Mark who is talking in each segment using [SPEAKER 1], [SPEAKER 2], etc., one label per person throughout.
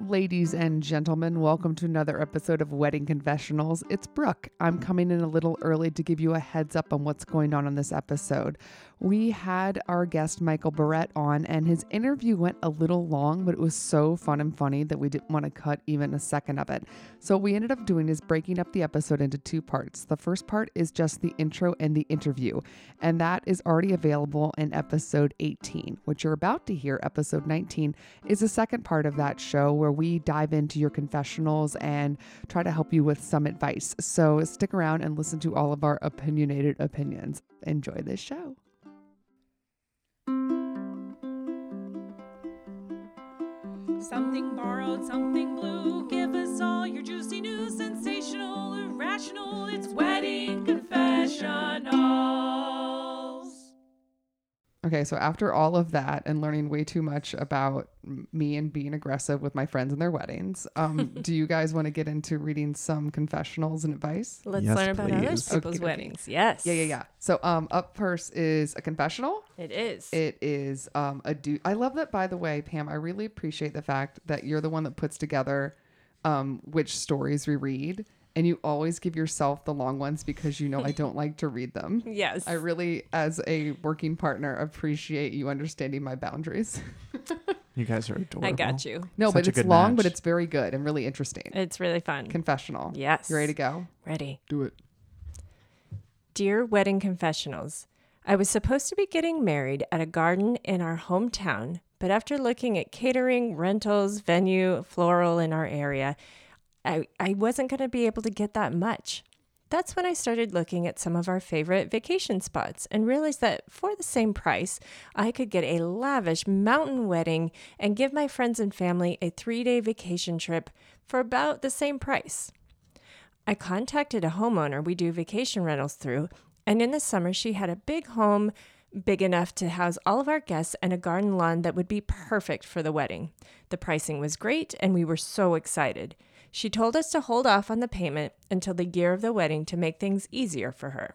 [SPEAKER 1] Ladies and gentlemen, welcome to another episode of Wedding Confessionals. It's Brooke. I'm coming in a little early to give you a heads up on what's going on in this episode. We had our guest Michael Barrett on, and his interview went a little long, but it was so fun and funny that we didn't want to cut even a second of it. So, what we ended up doing is breaking up the episode into two parts. The first part is just the intro and the interview, and that is already available in episode 18. What you're about to hear, episode 19, is the second part of that show where we dive into your confessionals and try to help you with some advice. So stick around and listen to all of our opinionated opinions. Enjoy this show.
[SPEAKER 2] Something borrowed, something blue. Give us all your juicy news, sensational, irrational. It's wedding confessionals.
[SPEAKER 1] Okay, so after all of that and learning way too much about m- me and being aggressive with my friends and their weddings, um, do you guys want to get into reading some confessionals and advice?
[SPEAKER 3] Let's
[SPEAKER 4] Yes,
[SPEAKER 3] learn about other
[SPEAKER 4] please.
[SPEAKER 3] people's
[SPEAKER 1] Okey-dokey.
[SPEAKER 3] weddings. Yes.
[SPEAKER 1] Yeah, yeah, yeah. So, um, up first is a confessional.
[SPEAKER 3] It is.
[SPEAKER 1] It is um, a do. I love that, by the way, Pam. I really appreciate the fact that you're the one that puts together um, which stories we read, and you always give yourself the long ones because you know I don't like to read them.
[SPEAKER 3] yes.
[SPEAKER 1] I really, as a working partner, appreciate you understanding my boundaries.
[SPEAKER 4] You guys are adorable.
[SPEAKER 3] I got you.
[SPEAKER 1] no,
[SPEAKER 4] Such
[SPEAKER 1] but
[SPEAKER 4] a
[SPEAKER 1] it's
[SPEAKER 4] good
[SPEAKER 1] long, but
[SPEAKER 4] match.
[SPEAKER 1] it's very good and really interesting.
[SPEAKER 3] It's really fun.
[SPEAKER 1] Confessional.
[SPEAKER 3] Yes.
[SPEAKER 1] You ready to go?
[SPEAKER 3] Ready.
[SPEAKER 1] Do it.
[SPEAKER 3] Dear Wedding Confessionals, I was supposed to be getting married at a garden in our hometown, but after looking at catering, rentals, venue, floral in our area, I, I wasn't going to be able to get that much. That's when I started looking at some of our favorite vacation spots and realized that for the same price, I could get a lavish mountain wedding and give my friends and family a three day vacation trip for about the same price. I contacted a homeowner we do vacation rentals through, and in the summer she had a big home big enough to house all of our guests and a garden lawn that would be perfect for the wedding. The pricing was great, and we were so excited. She told us to hold off on the payment until the year of the wedding to make things easier for her.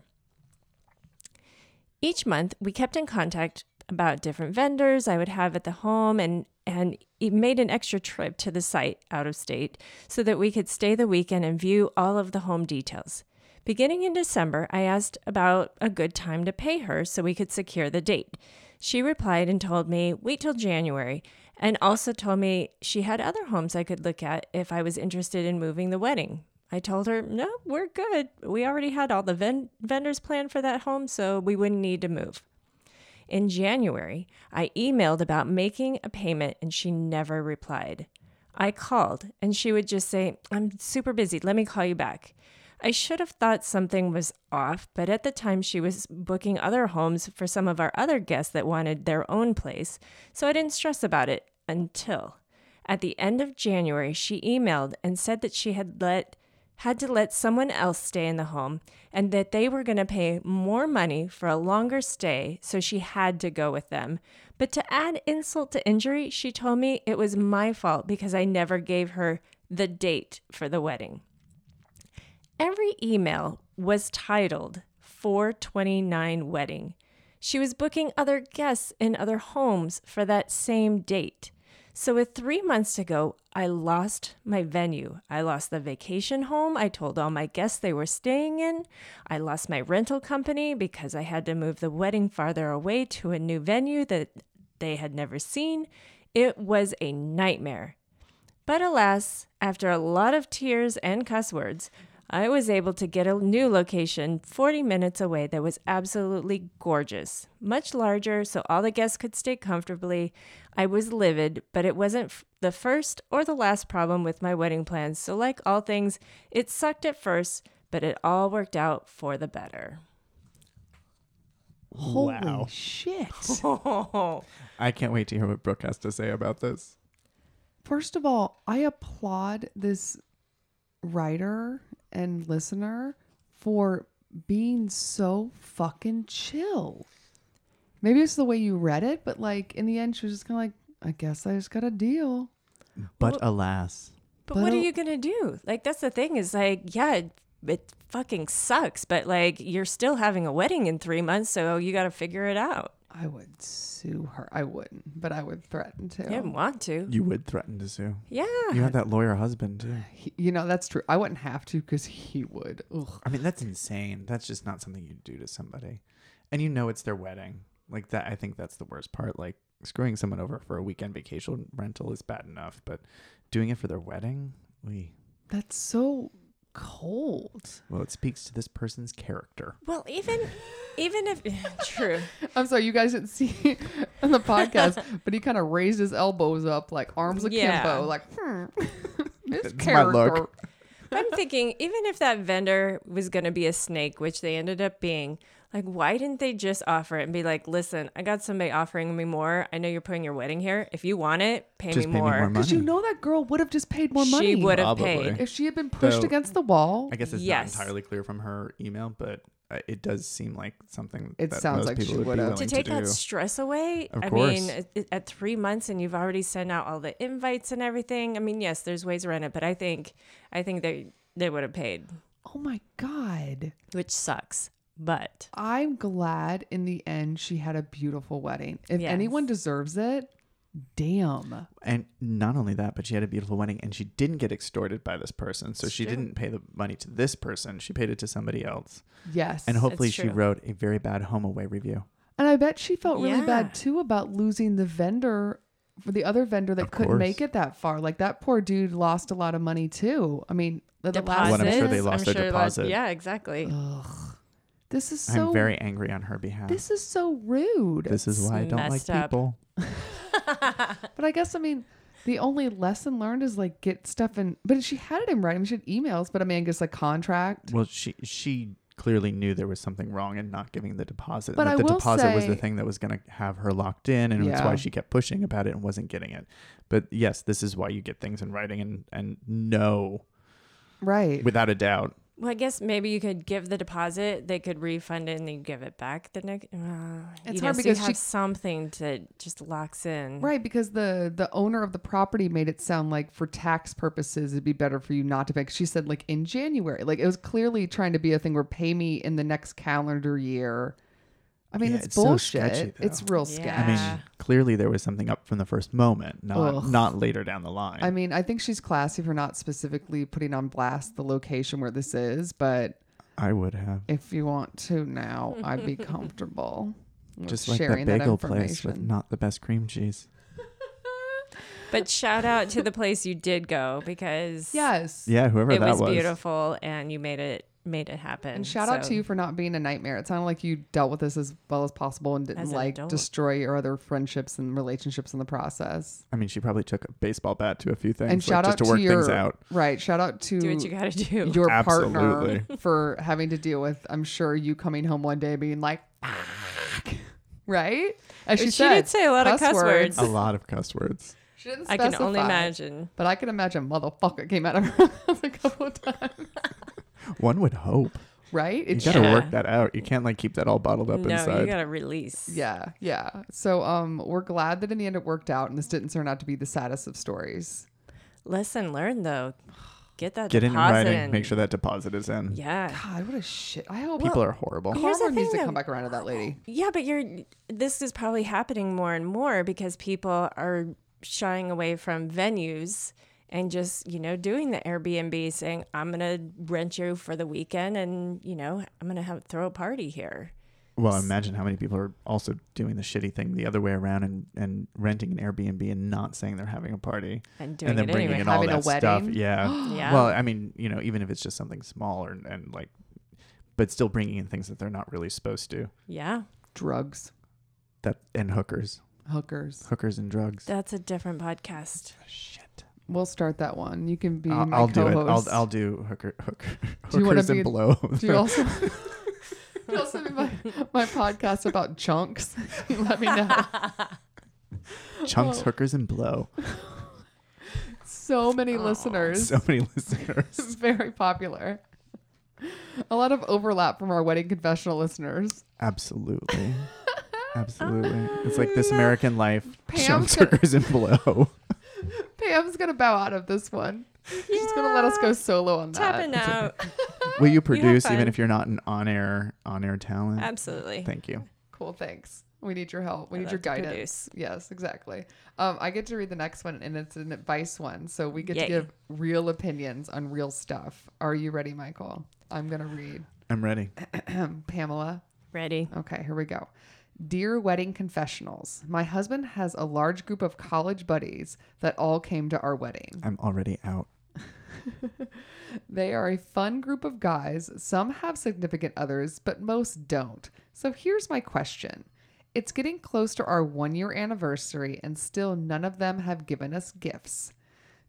[SPEAKER 3] Each month, we kept in contact about different vendors I would have at the home and and it made an extra trip to the site out of state so that we could stay the weekend and view all of the home details. Beginning in December, I asked about a good time to pay her so we could secure the date. She replied and told me, wait till January, and also told me she had other homes I could look at if I was interested in moving the wedding. I told her, no, we're good. We already had all the ven- vendors planned for that home, so we wouldn't need to move. In January, I emailed about making a payment and she never replied. I called and she would just say, I'm super busy. Let me call you back. I should have thought something was off, but at the time she was booking other homes for some of our other guests that wanted their own place, so I didn't stress about it until at the end of January she emailed and said that she had let had to let someone else stay in the home and that they were going to pay more money for a longer stay, so she had to go with them. But to add insult to injury, she told me it was my fault because I never gave her the date for the wedding. Every email was titled 429 Wedding. She was booking other guests in other homes for that same date. So, with three months to go, I lost my venue. I lost the vacation home I told all my guests they were staying in. I lost my rental company because I had to move the wedding farther away to a new venue that they had never seen. It was a nightmare. But alas, after a lot of tears and cuss words, I was able to get a new location 40 minutes away that was absolutely gorgeous, much larger, so all the guests could stay comfortably. I was livid, but it wasn't f- the first or the last problem with my wedding plans, so, like all things, it sucked at first, but it all worked out for the better.
[SPEAKER 1] Holy
[SPEAKER 4] Wow.
[SPEAKER 1] shit!
[SPEAKER 4] I can't wait to hear what Brooke has to say about this.
[SPEAKER 1] First of all, I applaud this writer and listener for being so fucking chill. Maybe it's the way you read it, but like in the end, she was just kind of like, I guess I just got a deal.
[SPEAKER 4] But alas,
[SPEAKER 3] But,
[SPEAKER 1] But
[SPEAKER 3] what are
[SPEAKER 1] I-
[SPEAKER 3] you gonna do? Like that's the thing is like, yeah, it, it fucking sucks, but like you're still having a wedding in three months, so you gotta figure it out.
[SPEAKER 1] I would sue her. I wouldn't, but I would threaten to.
[SPEAKER 3] I didn't want to.
[SPEAKER 4] You would threaten to sue.
[SPEAKER 3] Yeah.
[SPEAKER 4] You had that lawyer husband too.
[SPEAKER 1] He- you know, that's true. I wouldn't have to because he would. Ugh.
[SPEAKER 4] I mean, that's insane. That's just not something you do to somebody. And you know it's their wedding. Like that I think that's the worst part. Like screwing someone over for a weekend vacation rental is bad enough, but doing it for their wedding, we
[SPEAKER 1] That's so cold.
[SPEAKER 4] well, it speaks to this person's character.
[SPEAKER 3] Well, even even if true.
[SPEAKER 1] I'm sorry, you guys didn't see it on the podcast, but he kind of raised his elbows up, like arms akimbo,
[SPEAKER 3] Yeah.
[SPEAKER 1] like, hmm. This
[SPEAKER 4] That's my look.
[SPEAKER 1] character.
[SPEAKER 3] I'm thinking even if that vendor was going to be a snake, which they ended up being, like why didn't they just offer it and be like, "Listen, I got somebody offering me more. I know you're putting your wedding here. If you want it, pay,
[SPEAKER 4] Just
[SPEAKER 3] me,
[SPEAKER 4] pay me
[SPEAKER 3] more.
[SPEAKER 4] more money.
[SPEAKER 1] Because you know that girl would have just paid more money.
[SPEAKER 3] She would have
[SPEAKER 4] Probably.
[SPEAKER 3] paid.
[SPEAKER 1] If she had been pushed
[SPEAKER 4] Though-
[SPEAKER 1] against the wall,
[SPEAKER 4] I guess it's
[SPEAKER 3] Yes.
[SPEAKER 4] not entirely clear from her email, but uh, it does seem like something
[SPEAKER 1] It
[SPEAKER 4] that
[SPEAKER 1] sounds
[SPEAKER 4] most
[SPEAKER 1] like
[SPEAKER 4] people
[SPEAKER 1] she
[SPEAKER 4] would be
[SPEAKER 1] would've.
[SPEAKER 4] willing
[SPEAKER 3] to
[SPEAKER 4] to
[SPEAKER 3] take that
[SPEAKER 4] do.
[SPEAKER 3] stress away.
[SPEAKER 4] Of
[SPEAKER 3] I
[SPEAKER 4] course.
[SPEAKER 3] mean, at, at three months and you've already sent out all the invites and everything. I mean, yes, there's ways around it, but I think I think they they would have paid,
[SPEAKER 1] oh my God.
[SPEAKER 3] which sucks. But
[SPEAKER 1] I'm glad in the end she had a beautiful wedding. If
[SPEAKER 3] Yes.
[SPEAKER 1] anyone deserves it, damn.
[SPEAKER 4] And not only that, but she had a beautiful wedding and she didn't get extorted by this person. So she didn't pay the money to this person. She paid it to somebody else.
[SPEAKER 1] Yes.
[SPEAKER 4] And hopefully
[SPEAKER 3] That's
[SPEAKER 4] she
[SPEAKER 3] true.
[SPEAKER 4] wrote a very bad home away review.
[SPEAKER 1] And I bet she felt really
[SPEAKER 3] Yeah.
[SPEAKER 1] bad too about losing the vendor for the other vendor that
[SPEAKER 4] Of
[SPEAKER 1] couldn't
[SPEAKER 4] course.
[SPEAKER 1] make it that far. Like that poor dude lost a lot of money too. I mean, the, the
[SPEAKER 3] deposits,
[SPEAKER 1] last
[SPEAKER 4] Well, I'm sure they lost their
[SPEAKER 3] sure lost-
[SPEAKER 4] deposit.
[SPEAKER 3] yeah, exactly.
[SPEAKER 1] This is so
[SPEAKER 4] I'm very angry on her behalf. This,
[SPEAKER 1] This is so rude.
[SPEAKER 4] is why I don't like
[SPEAKER 3] messed up.
[SPEAKER 4] people.
[SPEAKER 1] but I guess I mean the only lesson learned is like get stuff in but she had it in writing. She had emails, but I mean I guess like contract.
[SPEAKER 4] Well, she she clearly knew there was something wrong in not giving the deposit.
[SPEAKER 1] But
[SPEAKER 4] and that
[SPEAKER 1] I
[SPEAKER 4] the
[SPEAKER 1] will
[SPEAKER 4] deposit was the
[SPEAKER 1] say-
[SPEAKER 4] thing that was going to have her locked in, and that's
[SPEAKER 1] Yeah.
[SPEAKER 4] why she kept pushing about it and wasn't getting it. But yes, this is why you get things in writing and and know
[SPEAKER 1] Right.
[SPEAKER 4] without a doubt.
[SPEAKER 3] Well, I guess maybe you could give the deposit. They could refund it and then give it back the next. Uh,
[SPEAKER 1] It's
[SPEAKER 3] you know,
[SPEAKER 1] hard
[SPEAKER 3] so
[SPEAKER 1] because
[SPEAKER 3] you
[SPEAKER 1] she-
[SPEAKER 3] have something that just locks in.
[SPEAKER 1] Right, because the the owner of the property made it sound like for tax purposes it'd be better for you not to pay. She said like in January, like it was clearly trying to be a thing where pay me in the next calendar year. I mean,
[SPEAKER 4] Yeah,
[SPEAKER 1] it's,
[SPEAKER 4] it's so
[SPEAKER 1] bullshit.
[SPEAKER 4] sketchy, though.
[SPEAKER 1] it's real sketch.
[SPEAKER 3] Yeah.
[SPEAKER 4] I
[SPEAKER 3] Ah.
[SPEAKER 4] mean, clearly there was something up from the first moment, not
[SPEAKER 1] Ugh.
[SPEAKER 4] not later down the line.
[SPEAKER 1] I mean, I think she's classy for not specifically putting on blast the location where this is, but
[SPEAKER 4] I would have
[SPEAKER 1] if you want to now, I'd be comfortable with
[SPEAKER 4] just like that
[SPEAKER 1] sharing that,
[SPEAKER 4] bagel place
[SPEAKER 1] information.
[SPEAKER 4] with not the best cream cheese.
[SPEAKER 3] But shout out to the place you did go because
[SPEAKER 1] yes.
[SPEAKER 4] Yeah, whoever
[SPEAKER 3] it
[SPEAKER 4] that
[SPEAKER 3] was, beautiful and you made it made it happen.
[SPEAKER 1] And shout out
[SPEAKER 3] So-
[SPEAKER 1] to you for not being a nightmare. It sounded like you dealt with this as well as possible and didn't
[SPEAKER 3] As an
[SPEAKER 1] like
[SPEAKER 3] adult.
[SPEAKER 1] destroy your other friendships and relationships in the process.
[SPEAKER 4] I mean, she probably took a baseball bat to a few things
[SPEAKER 1] And
[SPEAKER 4] like,
[SPEAKER 1] shout
[SPEAKER 4] just
[SPEAKER 1] out
[SPEAKER 4] to work
[SPEAKER 1] your
[SPEAKER 4] things out.
[SPEAKER 1] right. Shout out to
[SPEAKER 3] do what you got to do.
[SPEAKER 1] your partner
[SPEAKER 4] Absolutely.
[SPEAKER 1] for having to deal with. I'm sure you coming home one day being like, "Fuck," right? As she,
[SPEAKER 3] She
[SPEAKER 1] said,
[SPEAKER 3] did say a lot of cuss words.
[SPEAKER 4] A lot of cuss words.
[SPEAKER 1] She didn't
[SPEAKER 3] I can only
[SPEAKER 1] specify,
[SPEAKER 3] imagine.
[SPEAKER 1] but I can imagine motherfucker came out of her mouth a couple of times,
[SPEAKER 4] One would hope.
[SPEAKER 1] right?
[SPEAKER 4] You
[SPEAKER 1] It
[SPEAKER 4] gotta
[SPEAKER 3] Yeah.
[SPEAKER 4] work that out. You can't like keep that all bottled up
[SPEAKER 3] No, you
[SPEAKER 4] inside.
[SPEAKER 3] got to release.
[SPEAKER 1] Yeah, yeah. So um we're glad that in the end it worked out and this didn't turn out to be the saddest of stories.
[SPEAKER 3] Lesson learned though. Get that
[SPEAKER 4] Get it in
[SPEAKER 3] deposit
[SPEAKER 4] writing. Make sure that deposit is in.
[SPEAKER 3] Yeah.
[SPEAKER 1] God, what a shit. I hope
[SPEAKER 4] People are horrible.
[SPEAKER 3] Here's the
[SPEAKER 1] karma needs
[SPEAKER 3] thing,
[SPEAKER 1] to come
[SPEAKER 3] though.
[SPEAKER 1] back around to that lady.
[SPEAKER 3] Yeah, but you're this is probably happening more and more because people are shying away from venues and just, you know, doing the Airbnb saying, I'm gonna rent you for the weekend and, you know, I'm gonna have throw a party here.
[SPEAKER 4] Well, imagine how many people are also doing the shitty thing the other way around and, and renting an Airbnb and not saying they're having a party
[SPEAKER 3] And doing
[SPEAKER 4] and then
[SPEAKER 3] it
[SPEAKER 4] bringing
[SPEAKER 3] anyway.
[SPEAKER 4] in all
[SPEAKER 1] Having a
[SPEAKER 4] that stuff.
[SPEAKER 1] wedding?
[SPEAKER 4] Yeah.
[SPEAKER 3] Yeah.
[SPEAKER 4] Well, I mean, you know, even if it's just something small or, and like, but still bringing in things that they're not really supposed to.
[SPEAKER 3] Yeah.
[SPEAKER 1] Drugs,
[SPEAKER 4] That and hookers,
[SPEAKER 1] hookers.
[SPEAKER 4] hookers and drugs. Oh,
[SPEAKER 3] That's a different podcast.
[SPEAKER 4] Shit.
[SPEAKER 1] We'll start that one. You can be
[SPEAKER 4] I'll,
[SPEAKER 1] my
[SPEAKER 4] I'll do it.
[SPEAKER 1] co-host.
[SPEAKER 4] I'll, I'll do hooker, hooker,
[SPEAKER 1] Do you wanna
[SPEAKER 4] hookers
[SPEAKER 1] be-
[SPEAKER 4] and blow.
[SPEAKER 1] Do you also Do you also be my, my podcast about chunks? Let me know.
[SPEAKER 4] Chunks, hookers, and blow.
[SPEAKER 1] So many listeners.
[SPEAKER 4] Oh, So many listeners.
[SPEAKER 1] Very popular. A lot of overlap from our wedding confessional listeners.
[SPEAKER 4] Absolutely. Absolutely. It's like this American life,
[SPEAKER 1] Pam's
[SPEAKER 4] chunks,
[SPEAKER 1] gonna-
[SPEAKER 4] hookers, and blow.
[SPEAKER 1] Pam's gonna bow out of this one. She's gonna let us go solo on that.
[SPEAKER 3] Tapping out.
[SPEAKER 4] Will you produce even
[SPEAKER 3] fun.
[SPEAKER 4] if you're not an on air on air talent?
[SPEAKER 3] Absolutely.
[SPEAKER 4] Thank you.
[SPEAKER 1] Cool, thanks. We need your help. We
[SPEAKER 3] I
[SPEAKER 1] need your
[SPEAKER 3] love to
[SPEAKER 1] guidance.
[SPEAKER 3] produce.
[SPEAKER 1] Yes, exactly. Um, I get to read the next one, and it's an advice one. So we get to
[SPEAKER 3] Yay.
[SPEAKER 1] give real opinions on real stuff. Are you ready, Michael? I'm going to read.
[SPEAKER 4] I'm ready.
[SPEAKER 1] Pamela,
[SPEAKER 3] Ready?
[SPEAKER 1] Okay, here we go. Dear Wedding Confessionals, my husband has a large group of college buddies that all came to our wedding.
[SPEAKER 4] I'm already out.
[SPEAKER 1] They are a fun group of guys. Some have significant others, but most don't. So here's my question It's getting close to our one year anniversary, and still none of them have given us gifts.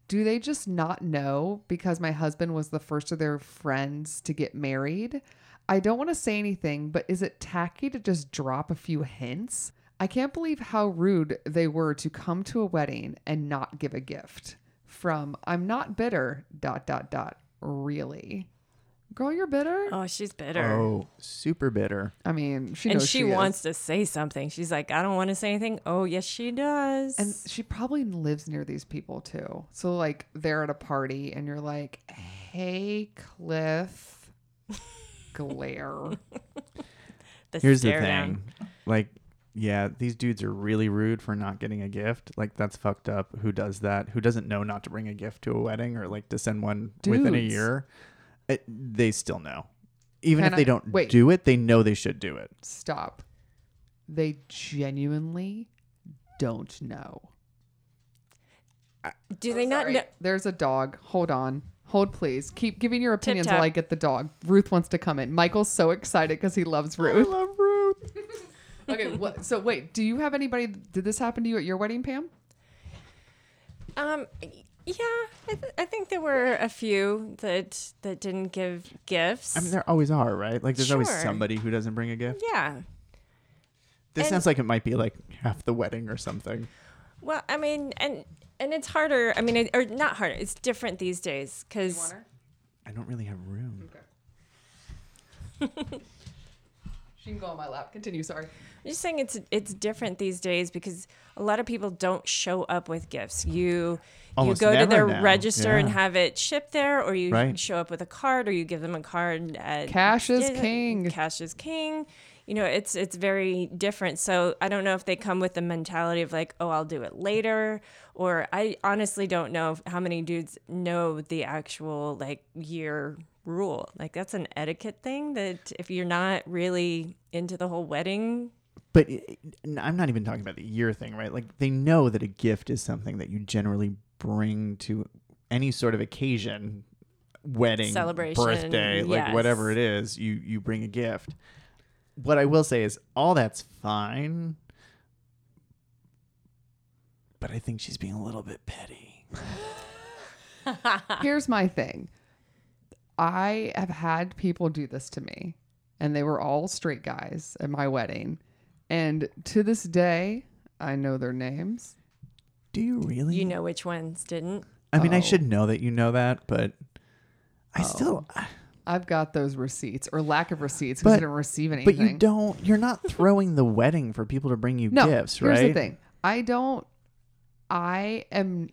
[SPEAKER 1] Do they just not know because my husband was the first of their friends to get married? I don't want to say anything, but is it tacky to just drop a few hints? I can't believe how rude they were to come to a wedding and not give a gift. From I'm not bitter, dot, dot, dot, really. Girl, you're bitter?
[SPEAKER 3] Oh, she's bitter.
[SPEAKER 4] Oh, super bitter.
[SPEAKER 1] I mean, she
[SPEAKER 3] and
[SPEAKER 1] knows
[SPEAKER 3] she,
[SPEAKER 1] she is.
[SPEAKER 3] wants to say something. She's like, I don't want to say anything. Oh, yes, she does.
[SPEAKER 1] And she probably lives near these people too. So like they're at a party and you're like, "Hey, Cliff." Glare.
[SPEAKER 3] the
[SPEAKER 4] Here's the
[SPEAKER 3] stare
[SPEAKER 4] thing.
[SPEAKER 3] down.
[SPEAKER 4] Like, yeah, these dudes are really rude for not getting a gift. Like, that's fucked up. Who does that? Who doesn't know not to bring a gift to a wedding or like to send one within a
[SPEAKER 1] Dudes.
[SPEAKER 4] year? It, they still know. Even
[SPEAKER 1] Can
[SPEAKER 4] if they
[SPEAKER 1] I-
[SPEAKER 4] don't
[SPEAKER 1] wait.
[SPEAKER 4] do it, they know they should do it.
[SPEAKER 1] Stop. They genuinely don't know.
[SPEAKER 3] Do they not
[SPEAKER 1] Sorry,
[SPEAKER 3] know?
[SPEAKER 1] There's a dog. Hold on. Hold please. Keep giving your opinions
[SPEAKER 3] Tip-tap.
[SPEAKER 1] while I get the dog. Ruth wants to come in. Michael's so excited because he loves Ruth.
[SPEAKER 4] love Ruth.
[SPEAKER 1] okay, what, so wait, do you have anybody did this happen to you at your wedding, Pam?
[SPEAKER 3] Um, yeah, I, th- I think there were a few that that didn't give gifts.
[SPEAKER 4] I mean, there always are, right? Like, there's always
[SPEAKER 3] Sure.
[SPEAKER 4] somebody who doesn't bring a gift.
[SPEAKER 3] yeah.
[SPEAKER 4] This
[SPEAKER 3] And-
[SPEAKER 4] sounds like it might be like half the wedding or something.
[SPEAKER 3] Well, I mean, and and it's harder. I mean, it, or not harder. It's different these days because
[SPEAKER 4] I don't really have room.
[SPEAKER 1] She can go on my lap. Continue, sorry.
[SPEAKER 3] I'm just saying it's it's different these days because a lot of people don't show up with gifts. You
[SPEAKER 4] Almost
[SPEAKER 3] you go to
[SPEAKER 4] never
[SPEAKER 3] their
[SPEAKER 4] now,
[SPEAKER 3] register and
[SPEAKER 4] yeah.
[SPEAKER 3] have it shipped there, or you
[SPEAKER 4] Right.
[SPEAKER 3] show up with a card, or you give them a card. At,
[SPEAKER 1] Cash is
[SPEAKER 3] Yeah,
[SPEAKER 1] king.
[SPEAKER 3] Cash is king. You know, it's it's very different. So I don't know if they come with the mentality of like, oh, I'll do it later, or I honestly don't know if- how many dudes know the actual like year rule. Like that's an etiquette thing that if you're not really into the whole wedding
[SPEAKER 4] But it, n- I'm not even talking about the year thing, right? Like they know that a gift is something that you generally bring to any sort of occasion, wedding,
[SPEAKER 3] Celebration,
[SPEAKER 4] birthday, like
[SPEAKER 3] yes.
[SPEAKER 4] whatever it is, you you bring a gift. What I will say is all that's fine. But I think she's being a little bit petty.
[SPEAKER 1] Here's my thing. I have had people do this to me, and they were all straight guys at my wedding. And to this day, I know their names.
[SPEAKER 4] Do you really?
[SPEAKER 3] You know which ones didn't.
[SPEAKER 4] I mean,
[SPEAKER 1] Oh.
[SPEAKER 4] I should know that you know that, but I still.
[SPEAKER 1] I've got those receipts or lack of receipts because I
[SPEAKER 4] But-
[SPEAKER 1] didn't receive anything.
[SPEAKER 4] But you don't. You're not throwing the wedding for people to bring you
[SPEAKER 1] No,
[SPEAKER 4] gifts, right?
[SPEAKER 1] here's the thing. I don't. I am.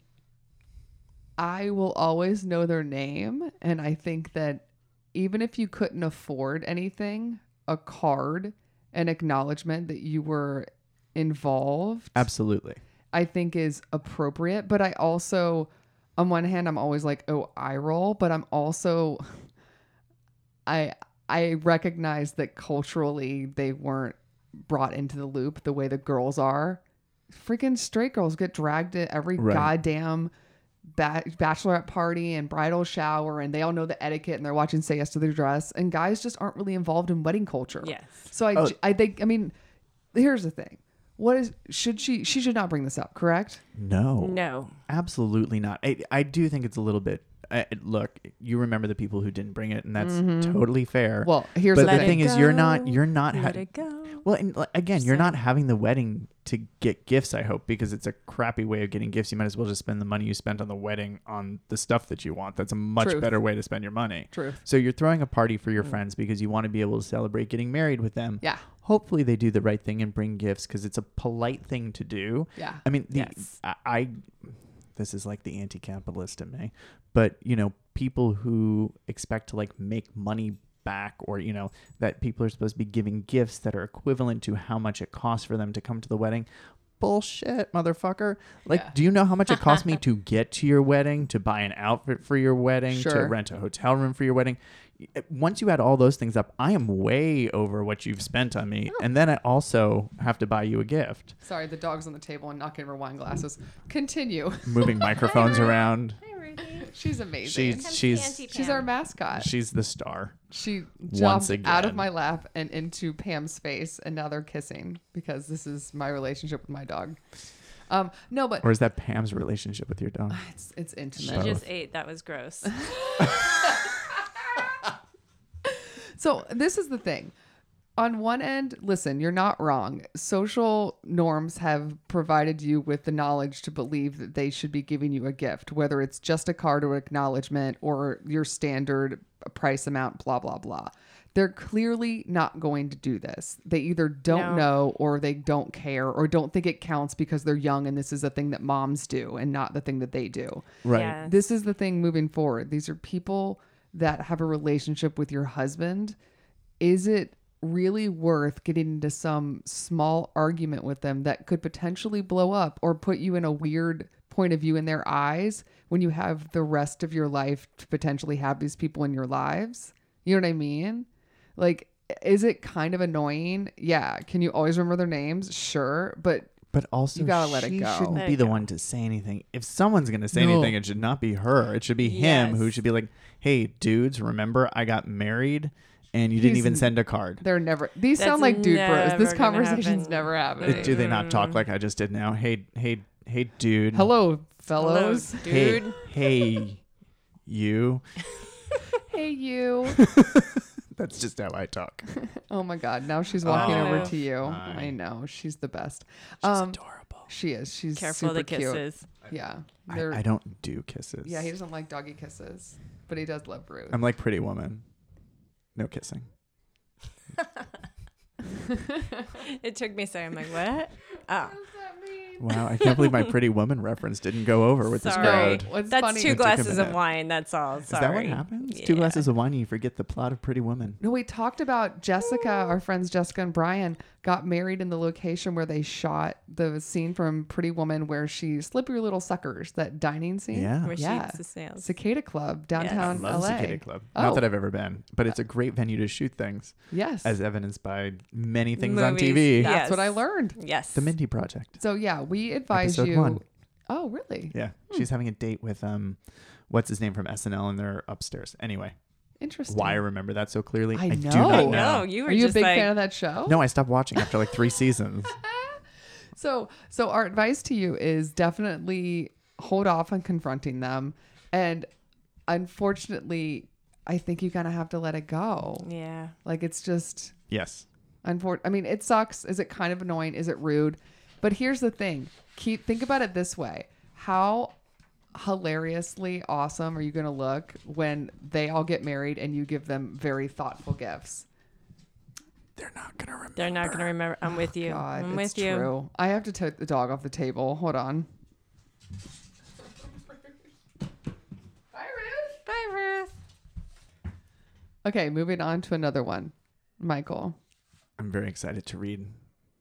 [SPEAKER 1] I will always know their name, and I think that even if you couldn't afford anything, a card, an acknowledgement that you were involved,
[SPEAKER 4] Absolutely.
[SPEAKER 1] I think is appropriate. But I also, on one hand, I'm always like, oh, I roll, but I'm also, I I recognize that culturally they weren't brought into the loop the way the girls are. Freaking straight girls get dragged to every
[SPEAKER 4] Right.
[SPEAKER 1] goddamn ba- bachelorette party and bridal shower, and they all know the etiquette, and they're watching Say Yes to Their Dress, and guys just aren't really involved in wedding culture.
[SPEAKER 3] Yes.
[SPEAKER 1] So I,
[SPEAKER 4] Oh.
[SPEAKER 1] I think I mean, here's the thing. What is should she she should not bring this up, correct?
[SPEAKER 4] No.
[SPEAKER 3] No.
[SPEAKER 4] Absolutely not. I, I do think it's a little bit. I, look, you remember the people who didn't bring it, and that's totally fair.
[SPEAKER 1] Mm-hmm. Well, here's
[SPEAKER 4] but
[SPEAKER 1] the
[SPEAKER 4] the
[SPEAKER 1] thing.
[SPEAKER 4] thing is, you're not.
[SPEAKER 3] Go,
[SPEAKER 4] You're not.
[SPEAKER 3] Let
[SPEAKER 4] Ha-
[SPEAKER 3] it go.
[SPEAKER 4] well, and, like, again, you're not having the wedding to get gifts. I hope because it's a crappy way of getting gifts. You might as well just spend the money you spent on the wedding on the stuff that you want. That's a much
[SPEAKER 1] Truth.
[SPEAKER 4] better way to spend your money.
[SPEAKER 1] Truth.
[SPEAKER 4] So you're throwing a party for your friends because you want to be able to celebrate getting married with them.
[SPEAKER 1] Yeah.
[SPEAKER 4] Hopefully they do the right thing and bring gifts because it's a polite thing to do.
[SPEAKER 1] Yeah.
[SPEAKER 4] I mean, the,
[SPEAKER 3] Yes.
[SPEAKER 4] I, I this is like the anti-capitalist in me, but you know, people who expect to like make money back or you know that people are supposed to be giving gifts that are equivalent to how much it costs for them to come to the wedding bullshit motherfucker like
[SPEAKER 1] Yeah.
[SPEAKER 4] do you know how much it cost me to get to your wedding to buy an outfit for your wedding to
[SPEAKER 1] Sure.
[SPEAKER 4] rent a hotel room for your wedding eh, once you add all those things up i am way over what you've spent on me
[SPEAKER 1] Oh.
[SPEAKER 4] and then i also have to buy you a gift
[SPEAKER 1] Sorry, the dog's on the table and knocking over wine glasses. Continue.
[SPEAKER 4] moving microphones around
[SPEAKER 5] Hi, Ruthie.
[SPEAKER 1] She's amazing.
[SPEAKER 4] she's
[SPEAKER 5] Come see
[SPEAKER 4] she's
[SPEAKER 5] Auntie
[SPEAKER 1] She's
[SPEAKER 5] Pam.
[SPEAKER 1] our mascot.
[SPEAKER 4] she's the star
[SPEAKER 1] She
[SPEAKER 4] Once
[SPEAKER 1] jumped out of
[SPEAKER 4] again.
[SPEAKER 1] my lap and into Pam's face, and now they're kissing because this is my relationship with my dog. Um, no, but
[SPEAKER 4] or is that pam's relationship with your dog
[SPEAKER 1] it's it's
[SPEAKER 3] She
[SPEAKER 1] intimate.
[SPEAKER 4] Both.
[SPEAKER 3] just ate. That was gross.
[SPEAKER 1] So this is the thing. On one end, listen, you're not wrong. Social norms have provided you with the knowledge to believe that they should be giving you a gift, whether it's just a card or acknowledgement or your standard price amount, blah, blah, blah. They're clearly not going to do this. They either don't
[SPEAKER 3] No.
[SPEAKER 1] know or they don't care or don't think it counts because they're young and this is a thing that moms do and not the thing that they do
[SPEAKER 4] right
[SPEAKER 3] Yeah.
[SPEAKER 1] this is the thing moving forward. These are people that have a relationship with your husband. Is it really worth getting into some small argument with them that could potentially blow up or put you in a weird point of view in their eyes when you have the rest of your life to potentially have these people in your lives? You know what I mean? Like, is it kind of annoying? Yeah. Can you always remember their names? Sure. But
[SPEAKER 4] But also,
[SPEAKER 1] You gotta let it
[SPEAKER 4] she
[SPEAKER 1] go.
[SPEAKER 4] shouldn't
[SPEAKER 3] Let
[SPEAKER 4] be
[SPEAKER 3] it
[SPEAKER 4] the
[SPEAKER 3] go.
[SPEAKER 4] one to say anything. If someone's gonna say
[SPEAKER 1] No.
[SPEAKER 4] anything, it should not be her. It should be him who
[SPEAKER 3] Yes.
[SPEAKER 4] should be like, "Hey, dudes, remember I got married, and you didn't
[SPEAKER 1] He's
[SPEAKER 4] even
[SPEAKER 1] n-
[SPEAKER 4] send a card.
[SPEAKER 1] they're never, these
[SPEAKER 3] That's
[SPEAKER 1] sound like dude bros.
[SPEAKER 3] never
[SPEAKER 1] This
[SPEAKER 3] gonna
[SPEAKER 1] conversation's
[SPEAKER 3] happen.
[SPEAKER 1] never happening.
[SPEAKER 4] Do they not
[SPEAKER 3] Mm.
[SPEAKER 4] talk like I just did now? Hey, hey, hey, dude.
[SPEAKER 1] Hello, fellows.
[SPEAKER 4] hey,
[SPEAKER 3] dude.
[SPEAKER 4] Hey, you.
[SPEAKER 1] Hey, you.
[SPEAKER 4] That's just how I talk. She's
[SPEAKER 1] oh my God. Now she's walking
[SPEAKER 3] Oh,
[SPEAKER 1] over to you.
[SPEAKER 4] my.
[SPEAKER 1] I know. She's the best. Um,
[SPEAKER 4] adorable.
[SPEAKER 1] she is. She's
[SPEAKER 3] Careful of
[SPEAKER 1] super
[SPEAKER 3] the kisses.
[SPEAKER 1] cute. Yeah.
[SPEAKER 4] I,
[SPEAKER 1] They're-
[SPEAKER 4] I don't do kisses.
[SPEAKER 1] yeah, he doesn't like doggy kisses, but he does love Ruth.
[SPEAKER 4] I'm like Pretty Woman. No kissing.
[SPEAKER 3] It took me a second. I'm like, what? Oh,
[SPEAKER 4] Wow, I can't believe my Pretty Woman reference didn't go over with this
[SPEAKER 3] sorry.
[SPEAKER 4] crowd.
[SPEAKER 1] No, what's
[SPEAKER 3] That's
[SPEAKER 1] funny- It
[SPEAKER 3] two
[SPEAKER 1] took
[SPEAKER 4] a
[SPEAKER 3] glasses of
[SPEAKER 4] minute.
[SPEAKER 3] wine. That's all. Sorry.
[SPEAKER 4] Is that what happens? Two
[SPEAKER 3] Yeah.
[SPEAKER 4] glasses of wine and you forget the plot of Pretty Woman.
[SPEAKER 1] No, we talked about Jessica, our friends Jessica and Brian got married in the location where they shot the scene from Pretty Woman where she slippery little suckers, that dining scene.
[SPEAKER 4] Yeah.
[SPEAKER 3] Where she
[SPEAKER 1] Yeah.
[SPEAKER 3] eats the snails.
[SPEAKER 1] Cicada Club, downtown
[SPEAKER 4] I love
[SPEAKER 1] LA.
[SPEAKER 4] Cicada Club.
[SPEAKER 1] Oh.
[SPEAKER 4] Not that I've ever been, but it's a great venue to shoot things,
[SPEAKER 1] Yes.
[SPEAKER 4] as evidenced by many things on
[SPEAKER 3] Movies.
[SPEAKER 4] TV.
[SPEAKER 3] Yeah.
[SPEAKER 1] That's what I
[SPEAKER 3] Yes.
[SPEAKER 1] learned.
[SPEAKER 3] Yes.
[SPEAKER 4] The Mindy Project.
[SPEAKER 1] So yeah, we advise
[SPEAKER 4] Episode
[SPEAKER 1] you.
[SPEAKER 4] one.
[SPEAKER 1] Oh, really?
[SPEAKER 4] Yeah, she's having a date with um, what's his name from SNL, and they're upstairs. Anyway,
[SPEAKER 1] Interesting.
[SPEAKER 4] why I remember that so clearly?
[SPEAKER 1] I
[SPEAKER 4] do
[SPEAKER 1] know.
[SPEAKER 4] not
[SPEAKER 1] I
[SPEAKER 3] No,
[SPEAKER 4] know.
[SPEAKER 3] you were
[SPEAKER 1] Are you a
[SPEAKER 3] just
[SPEAKER 1] big
[SPEAKER 3] like,
[SPEAKER 1] fan of that show?
[SPEAKER 4] No, I stopped watching after like three seasons.
[SPEAKER 1] So, so our advice to you is definitely hold off on confronting them, and unfortunately, I think you kind of have to let it go.
[SPEAKER 3] yeah.
[SPEAKER 1] Like it's just,
[SPEAKER 4] Yes,
[SPEAKER 1] unfor- I mean, it sucks. Is it kind of annoying? Is it rude? But here's the thing: keep think about it this way. How hilariously awesome are you going to look when they all get married and you give them very thoughtful gifts?
[SPEAKER 4] they're not gonna remember.
[SPEAKER 3] They're not going to remember. I'm with you.
[SPEAKER 1] God,
[SPEAKER 3] I'm
[SPEAKER 1] it's
[SPEAKER 3] with you.
[SPEAKER 1] true. I have to take the dog off the table. Hold on. Bye, Ruth.
[SPEAKER 3] Bye, Ruth.
[SPEAKER 1] Okay, moving on to another one. Michael,
[SPEAKER 4] I'm very excited to read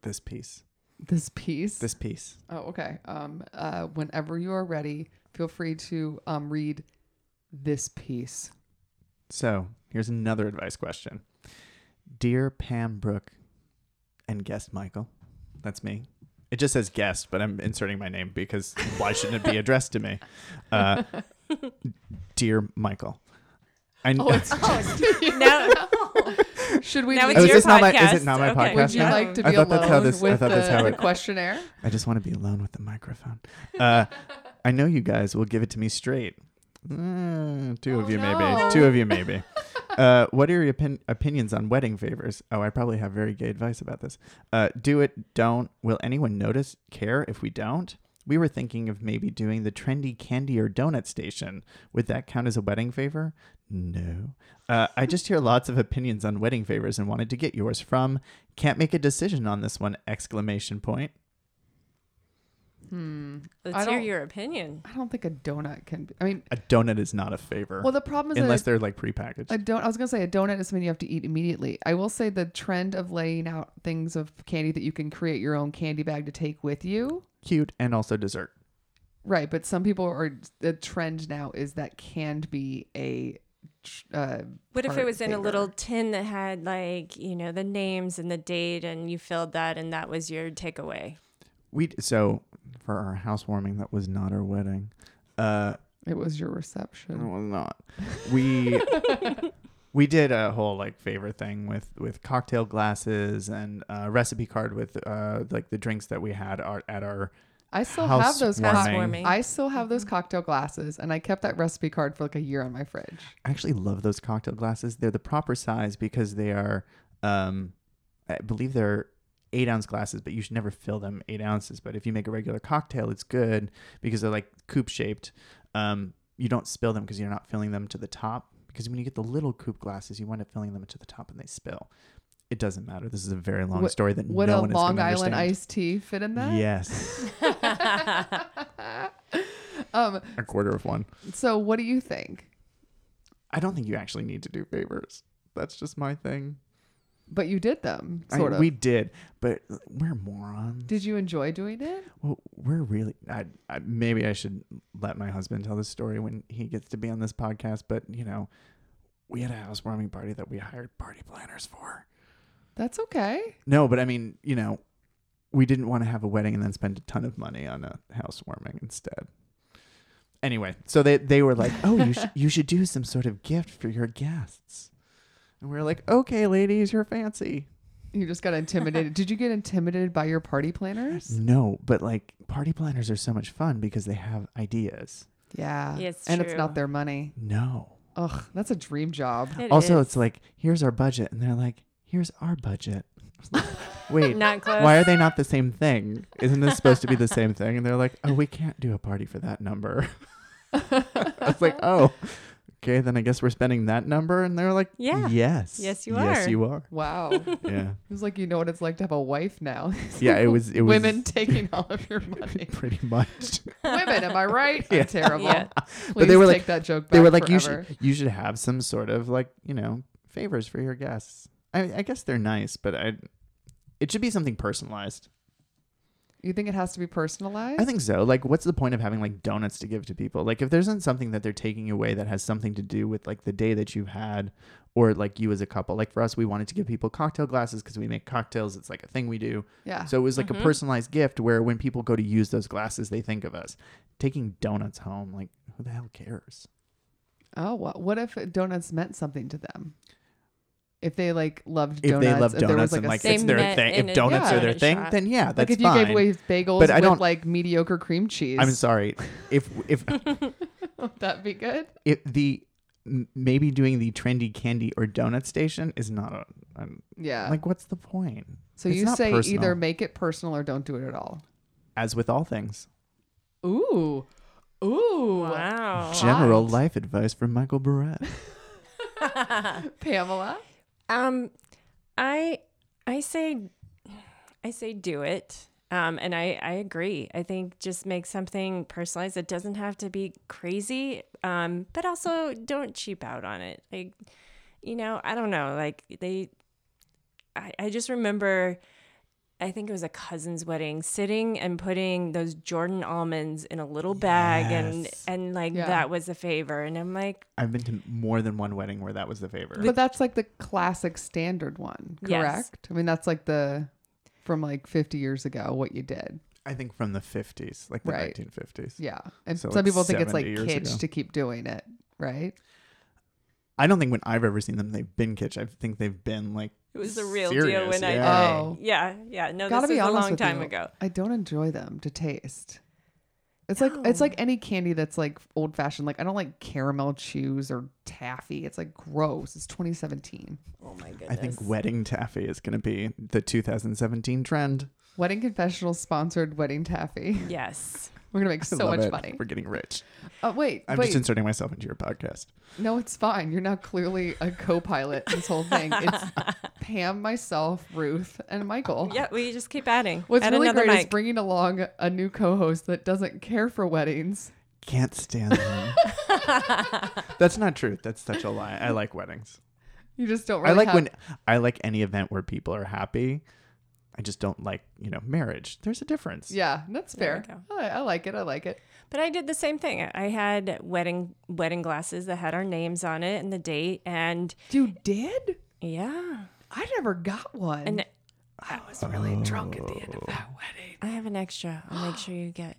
[SPEAKER 4] this piece.
[SPEAKER 1] this piece.
[SPEAKER 4] This piece.
[SPEAKER 1] oh, okay. Um, uh, whenever you are ready, feel free to um, read this piece.
[SPEAKER 4] So here's another advice question. Dear Pam Brooke and guest Michael, that's me. It just says guest, but I'm inserting my name because why shouldn't it be addressed to me? Uh, dear Michael,
[SPEAKER 1] Oh,
[SPEAKER 4] I
[SPEAKER 3] Oh,
[SPEAKER 4] know.
[SPEAKER 3] Now,
[SPEAKER 1] Should we?
[SPEAKER 3] now
[SPEAKER 1] leave-
[SPEAKER 3] it's
[SPEAKER 4] Oh, is
[SPEAKER 3] your
[SPEAKER 4] this
[SPEAKER 3] podcast.
[SPEAKER 4] not my- is it not my
[SPEAKER 3] okay.
[SPEAKER 1] would
[SPEAKER 4] podcast
[SPEAKER 1] you
[SPEAKER 4] now?
[SPEAKER 1] like to
[SPEAKER 4] I
[SPEAKER 1] be
[SPEAKER 4] thought
[SPEAKER 1] alone
[SPEAKER 4] that's how this- I
[SPEAKER 1] with
[SPEAKER 4] thought
[SPEAKER 1] the,
[SPEAKER 4] that's how
[SPEAKER 1] the
[SPEAKER 4] it-
[SPEAKER 1] questionnaire?
[SPEAKER 4] I just want to be alone with the microphone. Uh, I know you guys will give it to me straight. Mm, two of
[SPEAKER 1] Oh,
[SPEAKER 4] you,
[SPEAKER 1] no.
[SPEAKER 4] maybe. Two of you, maybe. Uh, what are your opin- opinions on wedding favors? Oh, I probably have very gay advice about this. Uh, do it, don't. Will anyone notice, care if we don't? We were thinking of maybe doing the trendy candy or donut station. Would that count as a wedding favor? No. Uh, I just hear lots of opinions on wedding favors and wanted to get yours from. Can't make a decision on this one! Exclamation point.
[SPEAKER 3] Let's
[SPEAKER 1] I
[SPEAKER 3] hear
[SPEAKER 1] don't-
[SPEAKER 3] your opinion.
[SPEAKER 1] Hmm, I don't think a donut can. Be, I mean,
[SPEAKER 4] A donut is not a favor.
[SPEAKER 1] well, the problem is
[SPEAKER 4] unless
[SPEAKER 1] that
[SPEAKER 4] they're like prepackaged.
[SPEAKER 1] a, a donut. I was gonna say a donut is something you have to eat immediately. I will say the trend of laying out things of candy that you can create your own candy bag to take with you.
[SPEAKER 4] Cute and also dessert.
[SPEAKER 1] Right, but some people are. The trend now is that can be a. tr- Uh,
[SPEAKER 3] What if it
[SPEAKER 1] part
[SPEAKER 3] was in a
[SPEAKER 1] favor.
[SPEAKER 3] little tin that had like, you know, the names and the date and you filled that and that was your takeaway?
[SPEAKER 4] We so for our housewarming that was not our wedding. Uh,
[SPEAKER 1] It was your
[SPEAKER 4] it
[SPEAKER 1] reception.
[SPEAKER 4] was not. We we did a whole like favor thing with with cocktail glasses and a recipe card with uh like the drinks that we had our, at our
[SPEAKER 1] I still have those.
[SPEAKER 4] housewarming.
[SPEAKER 1] cocktail-
[SPEAKER 3] Housewarming.
[SPEAKER 1] I still have those cocktail glasses, and I kept that recipe card for like a year on my fridge.
[SPEAKER 4] I actually love those cocktail glasses. They're the proper size because they are, um, I believe they're eight ounce glasses, but you should never fill them eight ounces. But if you make a regular cocktail, it's good because they're like coupe shaped. Um, you don't spill them because you're not filling them to the top. Because when you get the little coupe glasses, you wind up filling them to the top and they spill. It doesn't matter. This is a very long
[SPEAKER 1] What-
[SPEAKER 4] story that
[SPEAKER 1] Would
[SPEAKER 4] no
[SPEAKER 1] a
[SPEAKER 4] one is going
[SPEAKER 1] Long
[SPEAKER 4] to
[SPEAKER 1] Island
[SPEAKER 4] understand.
[SPEAKER 1] iced tea fit in that?
[SPEAKER 4] Yes,
[SPEAKER 1] Um.
[SPEAKER 4] a quarter of one.
[SPEAKER 1] So, what do you think?
[SPEAKER 4] I don't think you actually need to do favors. That's just my thing.
[SPEAKER 1] But you did them,
[SPEAKER 4] I-
[SPEAKER 1] sort of.
[SPEAKER 4] We did, but we're morons.
[SPEAKER 1] did you enjoy doing it?
[SPEAKER 4] Well, we're really. I, I maybe I should let my husband tell this story when he gets to be on this podcast. But you know, we had a housewarming party that we hired party planners for.
[SPEAKER 1] That's okay.
[SPEAKER 4] No, but I mean, you know, we didn't want to have a wedding and then spend a ton of money on a housewarming instead. Anyway, so they they were like, "Oh, you should you should do some sort of gift for your guests," and we were like, "Okay, ladies, you're fancy."
[SPEAKER 1] You just got intimidated. did you get intimidated by your party planners?
[SPEAKER 4] No, but like party planners are so much fun because they have ideas.
[SPEAKER 1] Yeah.
[SPEAKER 3] It's
[SPEAKER 1] and it's not
[SPEAKER 3] true.
[SPEAKER 1] their money.
[SPEAKER 4] No.
[SPEAKER 1] Ugh, that's a dream job.
[SPEAKER 3] It
[SPEAKER 4] also
[SPEAKER 3] is.
[SPEAKER 4] it's like here's our budget and they're like here's our budget wait
[SPEAKER 3] not close.
[SPEAKER 4] why are they not the same thing isn't this supposed to be the same thing and they're like oh we can't do a party for that number i was like oh okay then i guess we're spending that number and they're like
[SPEAKER 3] Yeah.
[SPEAKER 4] yes
[SPEAKER 3] Yes, you
[SPEAKER 4] yes
[SPEAKER 3] are."
[SPEAKER 4] you are
[SPEAKER 1] Wow. it
[SPEAKER 4] yeah
[SPEAKER 1] was like you know what it's like to have a wife now.
[SPEAKER 4] yeah it was it was
[SPEAKER 1] Women taking all of your money.
[SPEAKER 4] pretty much
[SPEAKER 1] Women, am I right? I'm terrible.
[SPEAKER 3] Yeah.
[SPEAKER 1] Please
[SPEAKER 4] But they were
[SPEAKER 1] take
[SPEAKER 4] like-
[SPEAKER 1] that joke back
[SPEAKER 4] they were like you
[SPEAKER 1] forever.
[SPEAKER 4] should you should have some sort of like you know favors for your guests i, I guess they're nice but i it should be something personalized
[SPEAKER 1] You think it has to be personalized?
[SPEAKER 4] I think so. Like, what's the point of having like donuts to give to people? Like, if there isn't something that they're taking away that has something to do with like the day that you've had, or like you as a couple. Like for us, we wanted to give people cocktail glasses because we make cocktails. It's like a thing we do.
[SPEAKER 1] yeah.
[SPEAKER 4] So it was like
[SPEAKER 1] mm-hmm.
[SPEAKER 4] a personalized gift where when people go to use those glasses, they think of us. Taking donuts home, like who the hell cares?
[SPEAKER 1] Oh, well, what if donuts meant something to them? If they like loved
[SPEAKER 4] If
[SPEAKER 1] donuts,
[SPEAKER 4] they love
[SPEAKER 1] if there was,
[SPEAKER 4] donuts and
[SPEAKER 1] a s-
[SPEAKER 4] like it's
[SPEAKER 3] They
[SPEAKER 4] their
[SPEAKER 3] met
[SPEAKER 4] thing,
[SPEAKER 3] in a
[SPEAKER 4] if donuts are their
[SPEAKER 3] donut
[SPEAKER 4] thing,
[SPEAKER 3] shop.
[SPEAKER 4] then yeah, that's
[SPEAKER 1] like if you
[SPEAKER 4] fine.
[SPEAKER 1] gave away bagels
[SPEAKER 4] But I
[SPEAKER 1] with
[SPEAKER 4] don't-
[SPEAKER 1] like mediocre cream cheese,
[SPEAKER 4] I'm sorry. If if
[SPEAKER 1] would that be good?
[SPEAKER 4] if the m- maybe doing the trendy candy or donut station is not a, a
[SPEAKER 1] Yeah.
[SPEAKER 4] like what's the point
[SPEAKER 1] Uh, so
[SPEAKER 4] it's
[SPEAKER 1] you
[SPEAKER 4] not
[SPEAKER 1] say
[SPEAKER 4] personal.
[SPEAKER 1] either make it personal or don't do it at all.
[SPEAKER 4] as with all things
[SPEAKER 1] Ooh, ooh,
[SPEAKER 3] Wow.
[SPEAKER 4] general life advice from michael barrett
[SPEAKER 1] Pamela.
[SPEAKER 3] Um, I I say I say do it. Um, and I I agree. I think just make something personalized. It doesn't have to be crazy. Um, but also don't cheap out on it. Like, you know, I don't know. Like they, I I just remember. I think it was a cousin's wedding, sitting and putting those Jordan almonds in a little bag and
[SPEAKER 4] Yes.
[SPEAKER 3] and like
[SPEAKER 1] Yeah.
[SPEAKER 3] that was a favor. And I'm like,
[SPEAKER 4] i've been to more than one wedding where that was the favor
[SPEAKER 1] But that's like the classic standard one,
[SPEAKER 3] Yes.
[SPEAKER 1] correct? I mean, that's like the from like 50 years ago what you did.
[SPEAKER 4] i think from the 50s like the
[SPEAKER 1] Right.
[SPEAKER 4] 1950s
[SPEAKER 1] Yeah. And
[SPEAKER 4] So,
[SPEAKER 1] some
[SPEAKER 4] like,
[SPEAKER 1] people think it's like
[SPEAKER 4] 70 years
[SPEAKER 1] kitsch
[SPEAKER 4] ago.
[SPEAKER 1] to keep doing it, right?
[SPEAKER 4] i don't think when i've ever seen them they've been kitsch i think they've been like
[SPEAKER 3] it was the real deal
[SPEAKER 4] Serious,
[SPEAKER 3] when I did.
[SPEAKER 4] yeah.
[SPEAKER 3] it.
[SPEAKER 1] Oh.
[SPEAKER 3] Yeah, yeah. No,
[SPEAKER 1] Gotta
[SPEAKER 3] this
[SPEAKER 1] be
[SPEAKER 3] was a
[SPEAKER 1] honest
[SPEAKER 3] long
[SPEAKER 1] with
[SPEAKER 3] time
[SPEAKER 1] you,
[SPEAKER 3] ago.
[SPEAKER 1] I don't enjoy them to taste. It's like it's like any candy that's like old fashioned. Like I don't like caramel chews or taffy. It's like gross. It's 2017.
[SPEAKER 3] Oh my goodness.
[SPEAKER 4] i think wedding taffy is going to be the 2017 trend
[SPEAKER 1] Wedding confessional sponsored wedding taffy.
[SPEAKER 3] Yes.
[SPEAKER 1] We're gonna make
[SPEAKER 4] I
[SPEAKER 1] so
[SPEAKER 4] love
[SPEAKER 1] much
[SPEAKER 4] it.
[SPEAKER 1] money.
[SPEAKER 4] We're getting rich.
[SPEAKER 1] Uh, wait,
[SPEAKER 4] I'm
[SPEAKER 1] wait.
[SPEAKER 4] just inserting myself into your podcast.
[SPEAKER 1] no, it's fine. You're now clearly a co-pilot. in This whole thing. It's Pam, myself, Ruth, and Michael.
[SPEAKER 3] Yeah, we just keep adding.
[SPEAKER 1] What's
[SPEAKER 3] Add
[SPEAKER 1] really
[SPEAKER 3] another
[SPEAKER 1] great is
[SPEAKER 3] mic.
[SPEAKER 1] bringing along a new co-host that doesn't care for weddings.
[SPEAKER 4] Can't stand them. That's not true. That's such a lie. I like weddings.
[SPEAKER 1] You just don't. Really
[SPEAKER 4] I like
[SPEAKER 1] have-
[SPEAKER 4] when I like any event where people are happy. I just don't like, you know, marriage. There's a difference.
[SPEAKER 1] Yeah, that's
[SPEAKER 3] There
[SPEAKER 1] fair.
[SPEAKER 3] we
[SPEAKER 1] I, I like it. I like it.
[SPEAKER 3] But I did the same thing. I had wedding wedding glasses that had our names on it and the date and
[SPEAKER 1] You did?
[SPEAKER 3] yeah.
[SPEAKER 1] I never got one.
[SPEAKER 3] And
[SPEAKER 1] I was really drunk at the end of that wedding.
[SPEAKER 3] I have an extra. I'll make sure you get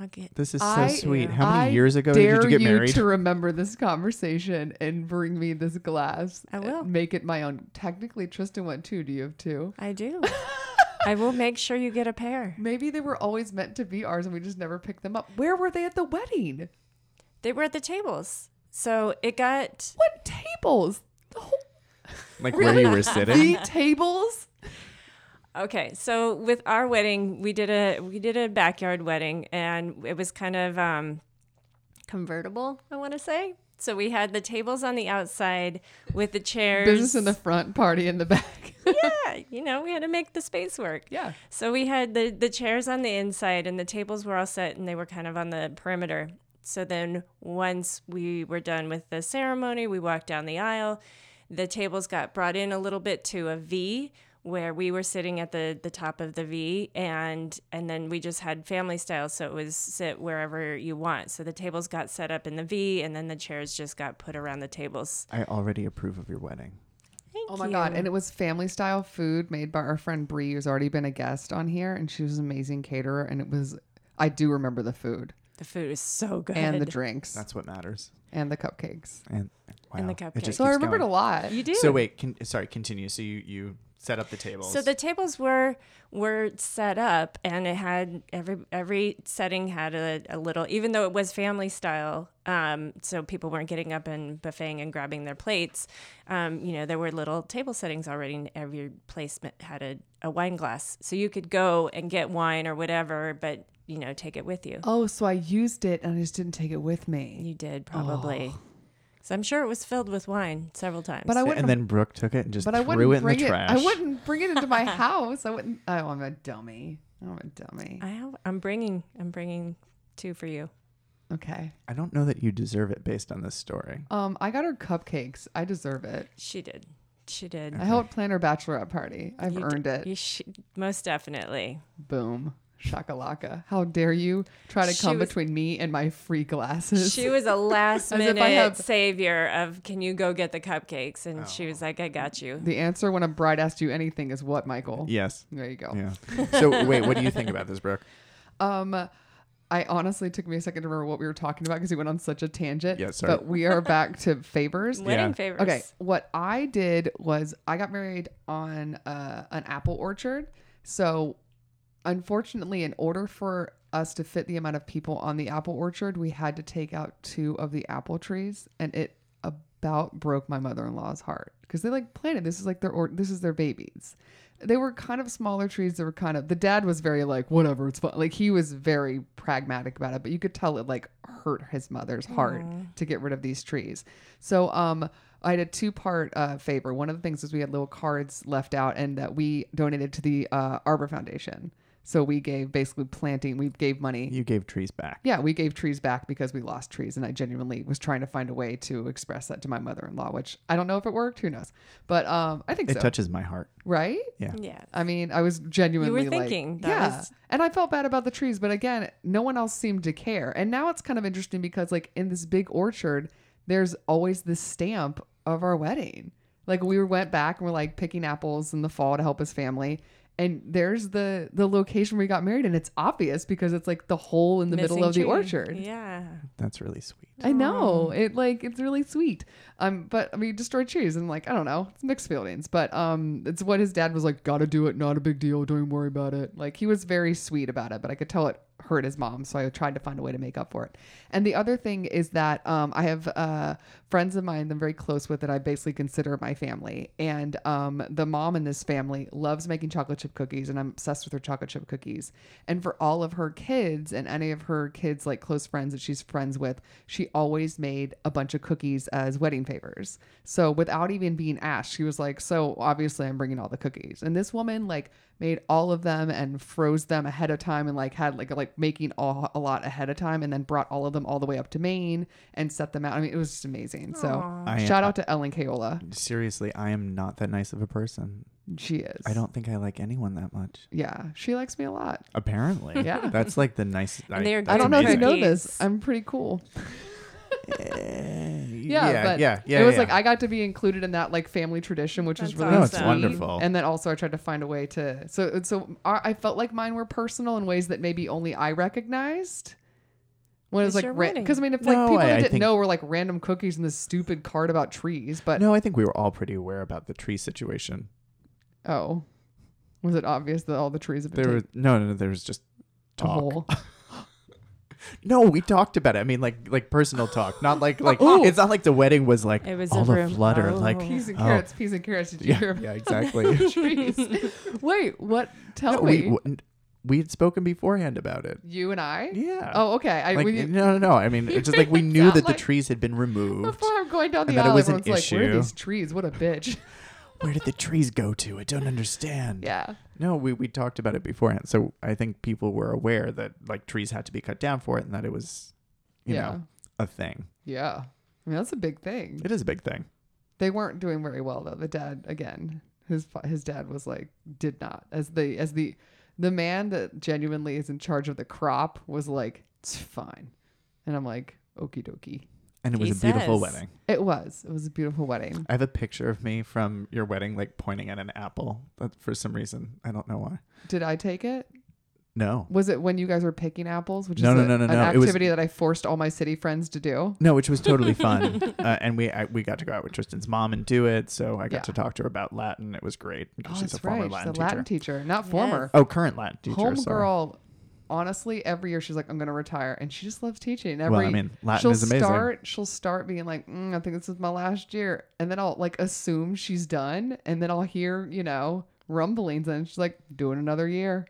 [SPEAKER 3] I'll get
[SPEAKER 4] This is so
[SPEAKER 1] I-
[SPEAKER 4] sweet. How
[SPEAKER 1] I
[SPEAKER 4] many years ago
[SPEAKER 1] dare
[SPEAKER 4] did you get married?
[SPEAKER 1] to remember this conversation and bring me this glass.
[SPEAKER 3] I will.
[SPEAKER 1] and make it my own. Technically, Tristan went two. Do you have two?
[SPEAKER 3] I do. I will make sure you get a pair.
[SPEAKER 1] Maybe they were always meant to be ours, and we just never picked them up. Where were they at the wedding?
[SPEAKER 3] They were at the tables. So it got
[SPEAKER 1] What tables? The whole
[SPEAKER 4] like where you were sitting?
[SPEAKER 1] the tables.
[SPEAKER 3] Okay, so with our wedding, we did a we did a backyard wedding, and it was kind of um, convertible. I want to say. So we had the tables on the outside with the chairs.
[SPEAKER 1] Business in the front, party in the back.
[SPEAKER 3] yeah, you know, we had to make the space work.
[SPEAKER 1] yeah.
[SPEAKER 3] So we had the the chairs on the inside, and the tables were all set, and they were kind of on the perimeter. So then once we were done with the ceremony, we walked down the aisle. The tables got brought in a little bit to a V where we were sitting at the the top of the V and and then we just had family style so it was sit wherever you want. So the tables got set up in the V and then the chairs just got put around the tables.
[SPEAKER 4] I already approve of your wedding.
[SPEAKER 3] Thank
[SPEAKER 1] Oh my
[SPEAKER 3] you.
[SPEAKER 1] god! And it was family style food made by our friend Bree, who's already been a guest on here, and she was an amazing caterer. And it was, I do remember the food
[SPEAKER 3] the food is so good.
[SPEAKER 1] and the drinks
[SPEAKER 4] That's what matters.
[SPEAKER 1] and the cupcakes.
[SPEAKER 4] And wow.
[SPEAKER 3] And the
[SPEAKER 4] It just
[SPEAKER 3] cupcakes.
[SPEAKER 1] So I
[SPEAKER 4] keeps
[SPEAKER 1] remembered
[SPEAKER 4] going.
[SPEAKER 1] a lot.
[SPEAKER 3] you do.
[SPEAKER 4] So wait, con- sorry, continue. So you you set up the tables.
[SPEAKER 3] So the tables were were set up, and it had every every setting had a, a little, even though it was family style. Um, so people weren't getting up and buffeting and grabbing their plates. Um, you know, there were little table settings already, and every place ma- had a, a wine glass, so you could go and get wine or whatever, but you know, take it with you.
[SPEAKER 1] Oh, so I used it and I just didn't take it with me.
[SPEAKER 3] You did probably. So I'm sure it was filled with wine several times.
[SPEAKER 1] Oh. But I wouldn't.
[SPEAKER 4] and then Brooke took it and just
[SPEAKER 1] but I
[SPEAKER 4] threw
[SPEAKER 1] wouldn't
[SPEAKER 4] it in the
[SPEAKER 1] bring it.
[SPEAKER 4] trash.
[SPEAKER 1] I wouldn't bring it into my house. I wouldn't. Oh, I'm a dummy. I'm a dummy.
[SPEAKER 3] I have, I'm bringing I'm bringing two for you.
[SPEAKER 1] Okay.
[SPEAKER 4] I don't know that you deserve it based on this story.
[SPEAKER 1] Um, I got her cupcakes. I deserve it.
[SPEAKER 3] She did. She did.
[SPEAKER 1] I helped plan her bachelorette party. I've
[SPEAKER 3] You d-
[SPEAKER 1] earned it.
[SPEAKER 3] You sh- most definitely.
[SPEAKER 1] Boom. Shakalaka. How dare you try to
[SPEAKER 3] She
[SPEAKER 1] come
[SPEAKER 3] was-
[SPEAKER 1] between me and my free glasses?
[SPEAKER 3] She was a last
[SPEAKER 1] As if I
[SPEAKER 3] minute
[SPEAKER 1] have-
[SPEAKER 3] savior of can you go get the cupcakes? And she
[SPEAKER 4] Oh.
[SPEAKER 3] was like, I got you.
[SPEAKER 1] the answer when a bride asks you anything is what, Michael?
[SPEAKER 4] Yes.
[SPEAKER 1] There you go.
[SPEAKER 4] Yeah. So wait, what do you think about this, Brooke?
[SPEAKER 1] Um, I honestly took me a second to remember what we were talking about because we went on such a tangent.
[SPEAKER 4] Yeah, sorry.
[SPEAKER 1] But we are back to favors.
[SPEAKER 3] Wedding
[SPEAKER 4] Yeah.
[SPEAKER 3] favors.
[SPEAKER 1] Okay, what I did was I got married on uh, an apple orchard. So, unfortunately, in order for us to fit the amount of people on the apple orchard, we had to take out two of the apple trees, and it about broke my mother-in-law's heart because they like planted this is like their or this is their babies. They were kind of smaller trees. They were kind of the dad was very like whatever it's fine. Like he was very pragmatic about it, but you could tell it like hurt his mother's heart to get rid of these trees. So um, I had a two part uh, favor. One of the things is we had little cards left out and that we donated to the uh, Arbor Foundation. So we gave basically planting. We gave money
[SPEAKER 4] You gave trees back.
[SPEAKER 1] yeah, we gave trees back because we lost trees. And I genuinely was trying to find a way to express that to my mother in law, which I don't know if it worked. Who knows? But um, I think
[SPEAKER 4] It
[SPEAKER 1] so.
[SPEAKER 4] touches my heart.
[SPEAKER 1] right?
[SPEAKER 3] Yeah.
[SPEAKER 1] I mean, I was genuinely like-
[SPEAKER 3] thinking that
[SPEAKER 1] yeah.
[SPEAKER 3] was-
[SPEAKER 1] And I felt bad about the trees, but again, no one else seemed to care. And now it's kind of interesting because, like, in this big orchard, there's always this stamp of our wedding. Like, we went back and we're like picking apples in the fall to help his family. And there's the the location we got married, and it's obvious because it's like the hole in the middle
[SPEAKER 3] Missing
[SPEAKER 1] of the
[SPEAKER 3] tree.
[SPEAKER 1] orchard.
[SPEAKER 3] Yeah.
[SPEAKER 4] That's really sweet.
[SPEAKER 1] I know it like it's really sweet. Um, but I mean, destroyed trees and like I don't know, it's mixed feelings. But um, it's what his dad was like. Got to do it. Not a big deal. Don't even worry about it. Like he was very sweet about it, but I could tell it hurt his mom. So I tried to find a way to make up for it. And the other thing is that um, I have uh, friends of mine that I'm very close with that I basically consider my family. And um, the mom in this family loves making chocolate chip cookies, and I'm obsessed with her chocolate chip cookies. And for all of her kids and any of her kids, like close friends that she's friends with, she always made a bunch of cookies as wedding favors. So without even being asked, she was like, So obviously, I'm bringing all the cookies. And this woman, like, made all of them and froze them ahead of time and like had like like making all, a lot ahead of time and then brought all of them all the way up to Maine and set them out. I mean, it was just amazing. So
[SPEAKER 4] I am-
[SPEAKER 1] shout out to Ellen Kayola.
[SPEAKER 4] Seriously, I am not that nice of a person.
[SPEAKER 1] She is.
[SPEAKER 4] I don't think I like anyone that much.
[SPEAKER 1] Yeah, she likes me a lot.
[SPEAKER 4] Apparently,
[SPEAKER 1] Yeah.
[SPEAKER 4] That's like the nice. I,
[SPEAKER 3] they're
[SPEAKER 1] I
[SPEAKER 4] that's
[SPEAKER 1] don't know if you
[SPEAKER 4] amazing.
[SPEAKER 1] know
[SPEAKER 3] Cookies.
[SPEAKER 1] this. I'm pretty cool. Yeah,
[SPEAKER 4] Eh, Yeah,
[SPEAKER 1] but
[SPEAKER 4] yeah, yeah.
[SPEAKER 1] it was
[SPEAKER 4] yeah.
[SPEAKER 1] like I got to be included in that like family tradition, which is
[SPEAKER 3] That's
[SPEAKER 1] really
[SPEAKER 4] No, it's
[SPEAKER 3] Awesome.
[SPEAKER 4] wonderful.
[SPEAKER 1] And then also I tried to find a way to so uh, so our, I felt like mine were personal in ways that maybe only I recognized. When it
[SPEAKER 3] It's
[SPEAKER 1] was
[SPEAKER 3] your
[SPEAKER 1] like
[SPEAKER 3] wedding.
[SPEAKER 1] because I mean if like
[SPEAKER 4] No,
[SPEAKER 1] people
[SPEAKER 4] I-
[SPEAKER 1] that
[SPEAKER 4] I
[SPEAKER 1] didn't
[SPEAKER 4] think-
[SPEAKER 1] know were like random cookies and this stupid card about trees, but
[SPEAKER 4] no, I think we were all pretty aware about the tree situation.
[SPEAKER 1] oh, was it obvious that all the trees have been
[SPEAKER 4] There was
[SPEAKER 1] taken
[SPEAKER 4] no, no, no. There was just
[SPEAKER 1] a
[SPEAKER 4] talk.
[SPEAKER 1] hole?
[SPEAKER 4] No, we talked about it. I mean, like like personal talk, not like like
[SPEAKER 1] Ooh.
[SPEAKER 4] it's not like the wedding was like
[SPEAKER 3] It was
[SPEAKER 4] all
[SPEAKER 3] a
[SPEAKER 4] the
[SPEAKER 3] room.
[SPEAKER 4] flutter
[SPEAKER 3] Oh.
[SPEAKER 4] like
[SPEAKER 1] Peas and
[SPEAKER 4] oh,
[SPEAKER 1] carrots, peas and carrots. Did you hear
[SPEAKER 4] yeah, yeah,
[SPEAKER 1] about
[SPEAKER 4] exactly.
[SPEAKER 1] trees? Wait, what? Tell
[SPEAKER 4] No,
[SPEAKER 1] me,
[SPEAKER 4] we we had spoken beforehand about it.
[SPEAKER 1] you and I.
[SPEAKER 4] Yeah.
[SPEAKER 1] Oh, okay. I,
[SPEAKER 4] Like,
[SPEAKER 1] we,
[SPEAKER 4] no, no, no. I mean, it's just like we knew
[SPEAKER 1] Sound
[SPEAKER 4] that
[SPEAKER 1] like-
[SPEAKER 4] the trees had been removed.
[SPEAKER 1] Before I'm going down the
[SPEAKER 4] And that it
[SPEAKER 1] aisle,
[SPEAKER 4] was an
[SPEAKER 1] everyone's like, "Where are
[SPEAKER 4] issue.
[SPEAKER 1] these trees? What a bitch!"
[SPEAKER 4] Where did the trees go to? I don't understand.
[SPEAKER 1] yeah,
[SPEAKER 4] No, we, we talked about it beforehand. So I think people were aware that like trees had to be cut down for it and that it was, you
[SPEAKER 1] Yeah.
[SPEAKER 4] know, a thing.
[SPEAKER 1] yeah. I mean, that's a big thing.
[SPEAKER 4] It is a big thing.
[SPEAKER 1] They weren't doing very well though. The dad again, his fa- his dad was like, did not as the as the the man that genuinely is in charge of the crop was like, it's fine, and I'm like, okie dokie.
[SPEAKER 4] And it was
[SPEAKER 3] He
[SPEAKER 4] a beautiful
[SPEAKER 3] says.
[SPEAKER 4] wedding.
[SPEAKER 1] It was. It was a beautiful wedding.
[SPEAKER 4] I have a picture of me from your wedding, like pointing at an apple but for some reason. I don't know why.
[SPEAKER 1] Did I take it?
[SPEAKER 4] No.
[SPEAKER 1] Was it when you guys were picking apples? Which
[SPEAKER 4] No,
[SPEAKER 1] is
[SPEAKER 4] no,
[SPEAKER 1] a-
[SPEAKER 4] no, no,
[SPEAKER 1] an
[SPEAKER 4] no. It was-
[SPEAKER 1] activity that I forced all my city friends to do.
[SPEAKER 4] No, which was totally fun. uh, and we I, we got to go out with Tristan's mom and do it. So I got
[SPEAKER 1] Yeah.
[SPEAKER 4] to talk to her about Latin. It was great because
[SPEAKER 1] Oh,
[SPEAKER 4] she's a
[SPEAKER 1] that's
[SPEAKER 4] former
[SPEAKER 1] right.
[SPEAKER 4] Latin
[SPEAKER 1] She's a
[SPEAKER 4] teacher.
[SPEAKER 1] Latin teacher, not former.
[SPEAKER 4] oh, current Latin teacher. sorry.
[SPEAKER 1] Homegirl, honestly, every year she's like, I'm going to retire. And she just loves teaching. And every,
[SPEAKER 4] Well, I mean, Latin
[SPEAKER 1] she'll
[SPEAKER 4] is amazing.
[SPEAKER 1] Start, she'll start being like, mm, I think this is my last year. And then I'll like assume she's done. And then I'll hear, you know, rumblings. And she's like, doing another year.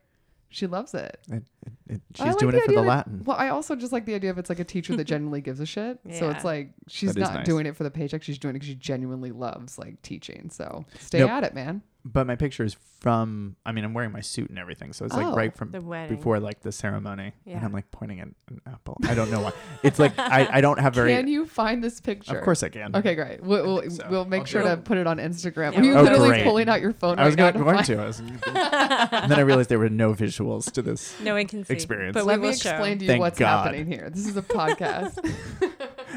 [SPEAKER 1] She loves it.
[SPEAKER 4] It, it, it, she's
[SPEAKER 1] I like
[SPEAKER 4] doing it for
[SPEAKER 1] idea
[SPEAKER 4] the
[SPEAKER 1] that-
[SPEAKER 4] Latin.
[SPEAKER 1] Well, I also just like the idea of it's like a teacher that genuinely gives a shit. So
[SPEAKER 3] Yeah.
[SPEAKER 1] it's like she's
[SPEAKER 4] That is
[SPEAKER 1] not
[SPEAKER 4] nice.
[SPEAKER 1] doing it for the paycheck. She's doing it because she genuinely loves like teaching. So stay
[SPEAKER 4] Nope.
[SPEAKER 1] at it, man.
[SPEAKER 4] But my picture is from. I mean, I'm wearing my suit and everything, so it's
[SPEAKER 1] Oh.
[SPEAKER 4] like right from
[SPEAKER 3] The wedding.
[SPEAKER 4] before like the ceremony,
[SPEAKER 3] Yeah.
[SPEAKER 4] and I'm like pointing at an apple. I don't know why. It's like I, I don't have very.
[SPEAKER 1] Can you find this picture?
[SPEAKER 4] Of course Mm-hmm. I can.
[SPEAKER 1] Okay, great. We'll, we'll,
[SPEAKER 4] so.
[SPEAKER 1] we'll make
[SPEAKER 4] I'll
[SPEAKER 1] sure
[SPEAKER 4] do
[SPEAKER 1] to
[SPEAKER 4] it.
[SPEAKER 1] put it on Instagram.
[SPEAKER 3] Yeah,
[SPEAKER 1] Are you
[SPEAKER 3] we'll- Oh,
[SPEAKER 1] literally
[SPEAKER 4] great.
[SPEAKER 1] pulling out your phone
[SPEAKER 4] I was
[SPEAKER 1] right
[SPEAKER 4] going
[SPEAKER 1] now?
[SPEAKER 4] going
[SPEAKER 1] find-
[SPEAKER 4] to. I was, and then I realized there were no visuals to this.
[SPEAKER 3] No one can see.
[SPEAKER 4] Experience.
[SPEAKER 3] But
[SPEAKER 1] Let
[SPEAKER 3] we
[SPEAKER 1] me
[SPEAKER 3] will
[SPEAKER 1] explain to you
[SPEAKER 4] Thank
[SPEAKER 1] what's
[SPEAKER 4] God.
[SPEAKER 1] happening here. This is a podcast.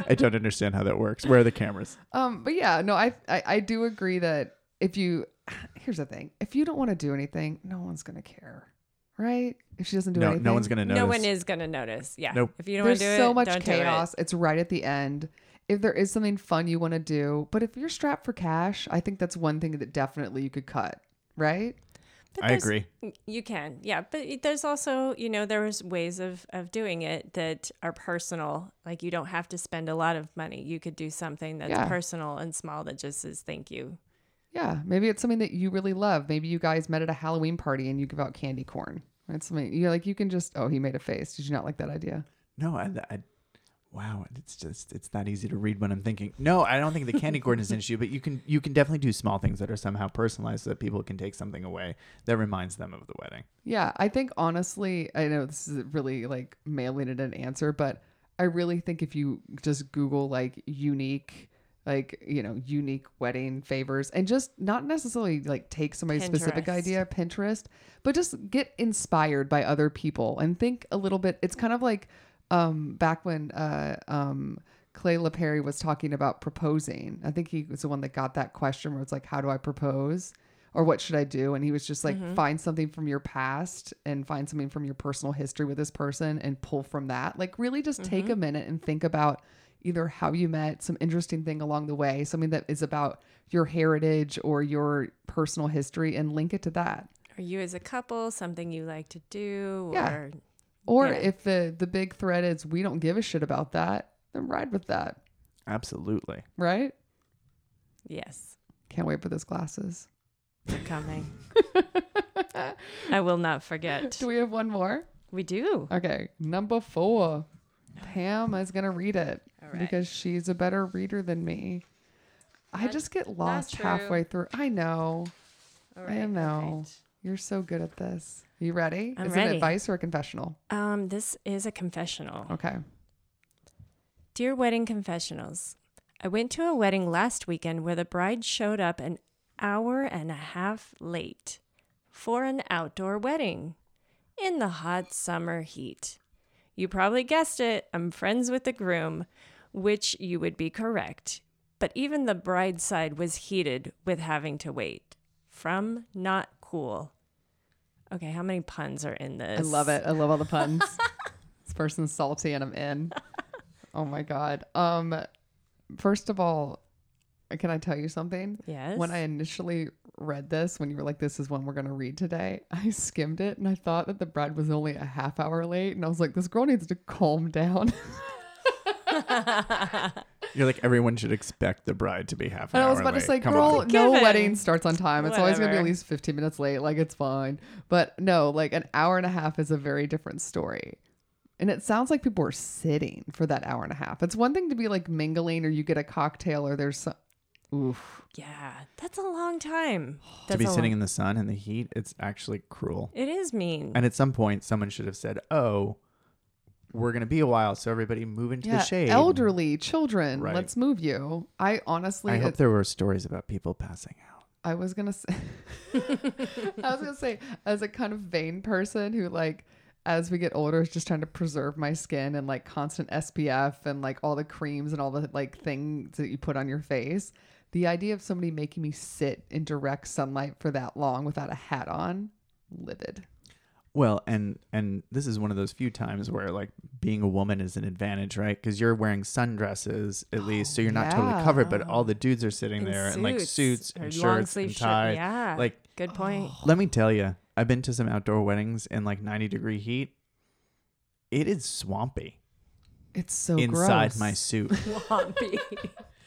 [SPEAKER 4] I don't understand how that works. Where are the cameras?
[SPEAKER 1] um, but yeah, no, I, I I do agree that if you, here's the thing: if you don't want to do anything, no one's gonna care, right? If she doesn't do
[SPEAKER 4] no,
[SPEAKER 1] anything,
[SPEAKER 4] no one's gonna
[SPEAKER 3] Show.
[SPEAKER 4] notice.
[SPEAKER 3] No one is going to notice. Yeah.
[SPEAKER 4] Nope.
[SPEAKER 3] If you don't want
[SPEAKER 1] There's
[SPEAKER 3] to do
[SPEAKER 1] so
[SPEAKER 3] it,
[SPEAKER 1] much
[SPEAKER 3] don't do it.
[SPEAKER 1] chaos. It's right at the end. If there is something fun you want to do, but if you're strapped for cash, I think that's one thing that definitely you could cut, right?
[SPEAKER 3] But
[SPEAKER 4] I
[SPEAKER 3] there's-
[SPEAKER 4] agree.
[SPEAKER 3] You can, yeah. But it- there's also, you know, there's ways of of doing it that are personal. Like you don't have to spend a lot of money. You could do something that's
[SPEAKER 1] Yeah.
[SPEAKER 3] personal and small that just says thank you.
[SPEAKER 1] Yeah, maybe it's something that you really love. Maybe you guys met at a Halloween party and you give out candy corn. That's something you're like you can just. Oh, he made a face. Did you not like that idea?
[SPEAKER 4] No, I, I, wow, it's just it's that easy to read when I'm thinking. No, I don't think the candy corn is an issue, but you can you can definitely do small things that are somehow personalized so that people can take something away that reminds them of the wedding.
[SPEAKER 1] Yeah, I think honestly, I know this is really like mailing it an answer, but I really think if you just Google like unique, like you know, unique wedding favors, and just not necessarily like take somebody's specific
[SPEAKER 3] Pinterest.
[SPEAKER 1] idea, Pinterest, but just get inspired by other people and think a little bit. It's kind of like um, back when uh, um, Clay LaPerry was talking about proposing. I think he was the one that got that question where it's like, how do I propose? Or what should I do? And he was just like, find something from your past and find something from your personal history with this person and pull from that. Like, really just take a minute and think about either how you met, some interesting thing along the way, something that is about your heritage or your personal history, and link it to that.
[SPEAKER 3] Or you as a couple, something you like to do,
[SPEAKER 1] Yeah.
[SPEAKER 3] or
[SPEAKER 1] Or
[SPEAKER 3] Yeah.
[SPEAKER 1] if the the big thread is we don't give a shit about that, then ride with that,
[SPEAKER 4] Absolutely.
[SPEAKER 1] right?
[SPEAKER 3] Yes,
[SPEAKER 1] Can't wait for those glasses.
[SPEAKER 3] they're coming. I will not forget.
[SPEAKER 1] Do we have one more?
[SPEAKER 3] We do.
[SPEAKER 1] Okay, number four. Pam is gonna read it because she's a better reader than me. I
[SPEAKER 3] That's
[SPEAKER 1] just get lost
[SPEAKER 3] true.
[SPEAKER 1] halfway through. I know.
[SPEAKER 3] All
[SPEAKER 1] I know. You're so good at this. You ready?
[SPEAKER 3] I'm
[SPEAKER 1] is it
[SPEAKER 3] ready.
[SPEAKER 1] advice or a confessional?
[SPEAKER 3] Um, this is a confessional.
[SPEAKER 1] Okay.
[SPEAKER 3] Dear Wedding Confessionals, I went to a wedding last weekend where the bride showed up an hour and a half late for an outdoor wedding in the hot summer heat. You probably guessed it, I'm friends with the groom, which you would be correct. But even the bride's side was heated with having to wait. From not cool. Okay, how many puns are in this?
[SPEAKER 1] I love it. I love all the puns. this person's salty and I'm in. Oh my god. Um first of all, can I tell you something?
[SPEAKER 3] Yes.
[SPEAKER 1] When I initially read this, when you were like, This is one we're gonna read today, I skimmed it and I thought that the bread was only a half hour late and I was like, This girl needs to calm down.
[SPEAKER 4] You're like everyone should expect the bride to be half an
[SPEAKER 1] And
[SPEAKER 4] hour
[SPEAKER 1] I was about
[SPEAKER 4] late.
[SPEAKER 1] to say,
[SPEAKER 4] Come
[SPEAKER 1] girl,
[SPEAKER 4] on.
[SPEAKER 1] no
[SPEAKER 3] Given.
[SPEAKER 1] wedding starts on time. It's always going to be at
[SPEAKER 3] Whatever.
[SPEAKER 1] least 15 minutes late. Like, it's fine. But no, like, an hour and a half is a very different story. And it sounds like people were sitting for that hour and a half. It's one thing to be like mingling or you get a cocktail or there's some. Oof.
[SPEAKER 3] Yeah, that's a long time.
[SPEAKER 4] to
[SPEAKER 3] That's
[SPEAKER 4] be
[SPEAKER 3] a
[SPEAKER 4] sitting
[SPEAKER 3] long-
[SPEAKER 4] in the sun and the heat, it's actually cruel.
[SPEAKER 3] It is mean.
[SPEAKER 4] And at some point, someone should have said, "Oh, we're gonna be a while, so everybody move into the shade."
[SPEAKER 1] Elderly, children,
[SPEAKER 4] Right.
[SPEAKER 1] let's move you. I honestly,
[SPEAKER 4] I hope
[SPEAKER 1] it-
[SPEAKER 4] there were stories about people passing out.
[SPEAKER 1] I was gonna say, I was gonna say, as a kind of vain person who like, as we get older, is just trying to preserve my skin and like constant SPF and like all the creams and all the like things that you put on your face. The idea of somebody making me sit in direct sunlight for that long without a hat on, livid.
[SPEAKER 4] Well, and and this is one of those few times where like being a woman is an advantage, right? Because you're wearing sundresses at least, so you're not totally
[SPEAKER 1] yeah.
[SPEAKER 4] covered. But all the dudes are sitting
[SPEAKER 3] Oh, In
[SPEAKER 4] there in like suits
[SPEAKER 3] or
[SPEAKER 4] and
[SPEAKER 3] long
[SPEAKER 4] shirts
[SPEAKER 3] sleeve
[SPEAKER 4] and
[SPEAKER 3] shirt-
[SPEAKER 4] ties.
[SPEAKER 3] Yeah.
[SPEAKER 4] Like,
[SPEAKER 3] good point.
[SPEAKER 4] let me tell you, I've been to some outdoor weddings in like 90 degree heat. It is swampy
[SPEAKER 1] It's
[SPEAKER 3] Oh,
[SPEAKER 1] so
[SPEAKER 4] inside
[SPEAKER 1] gross.
[SPEAKER 4] my suit.
[SPEAKER 3] Lumpy.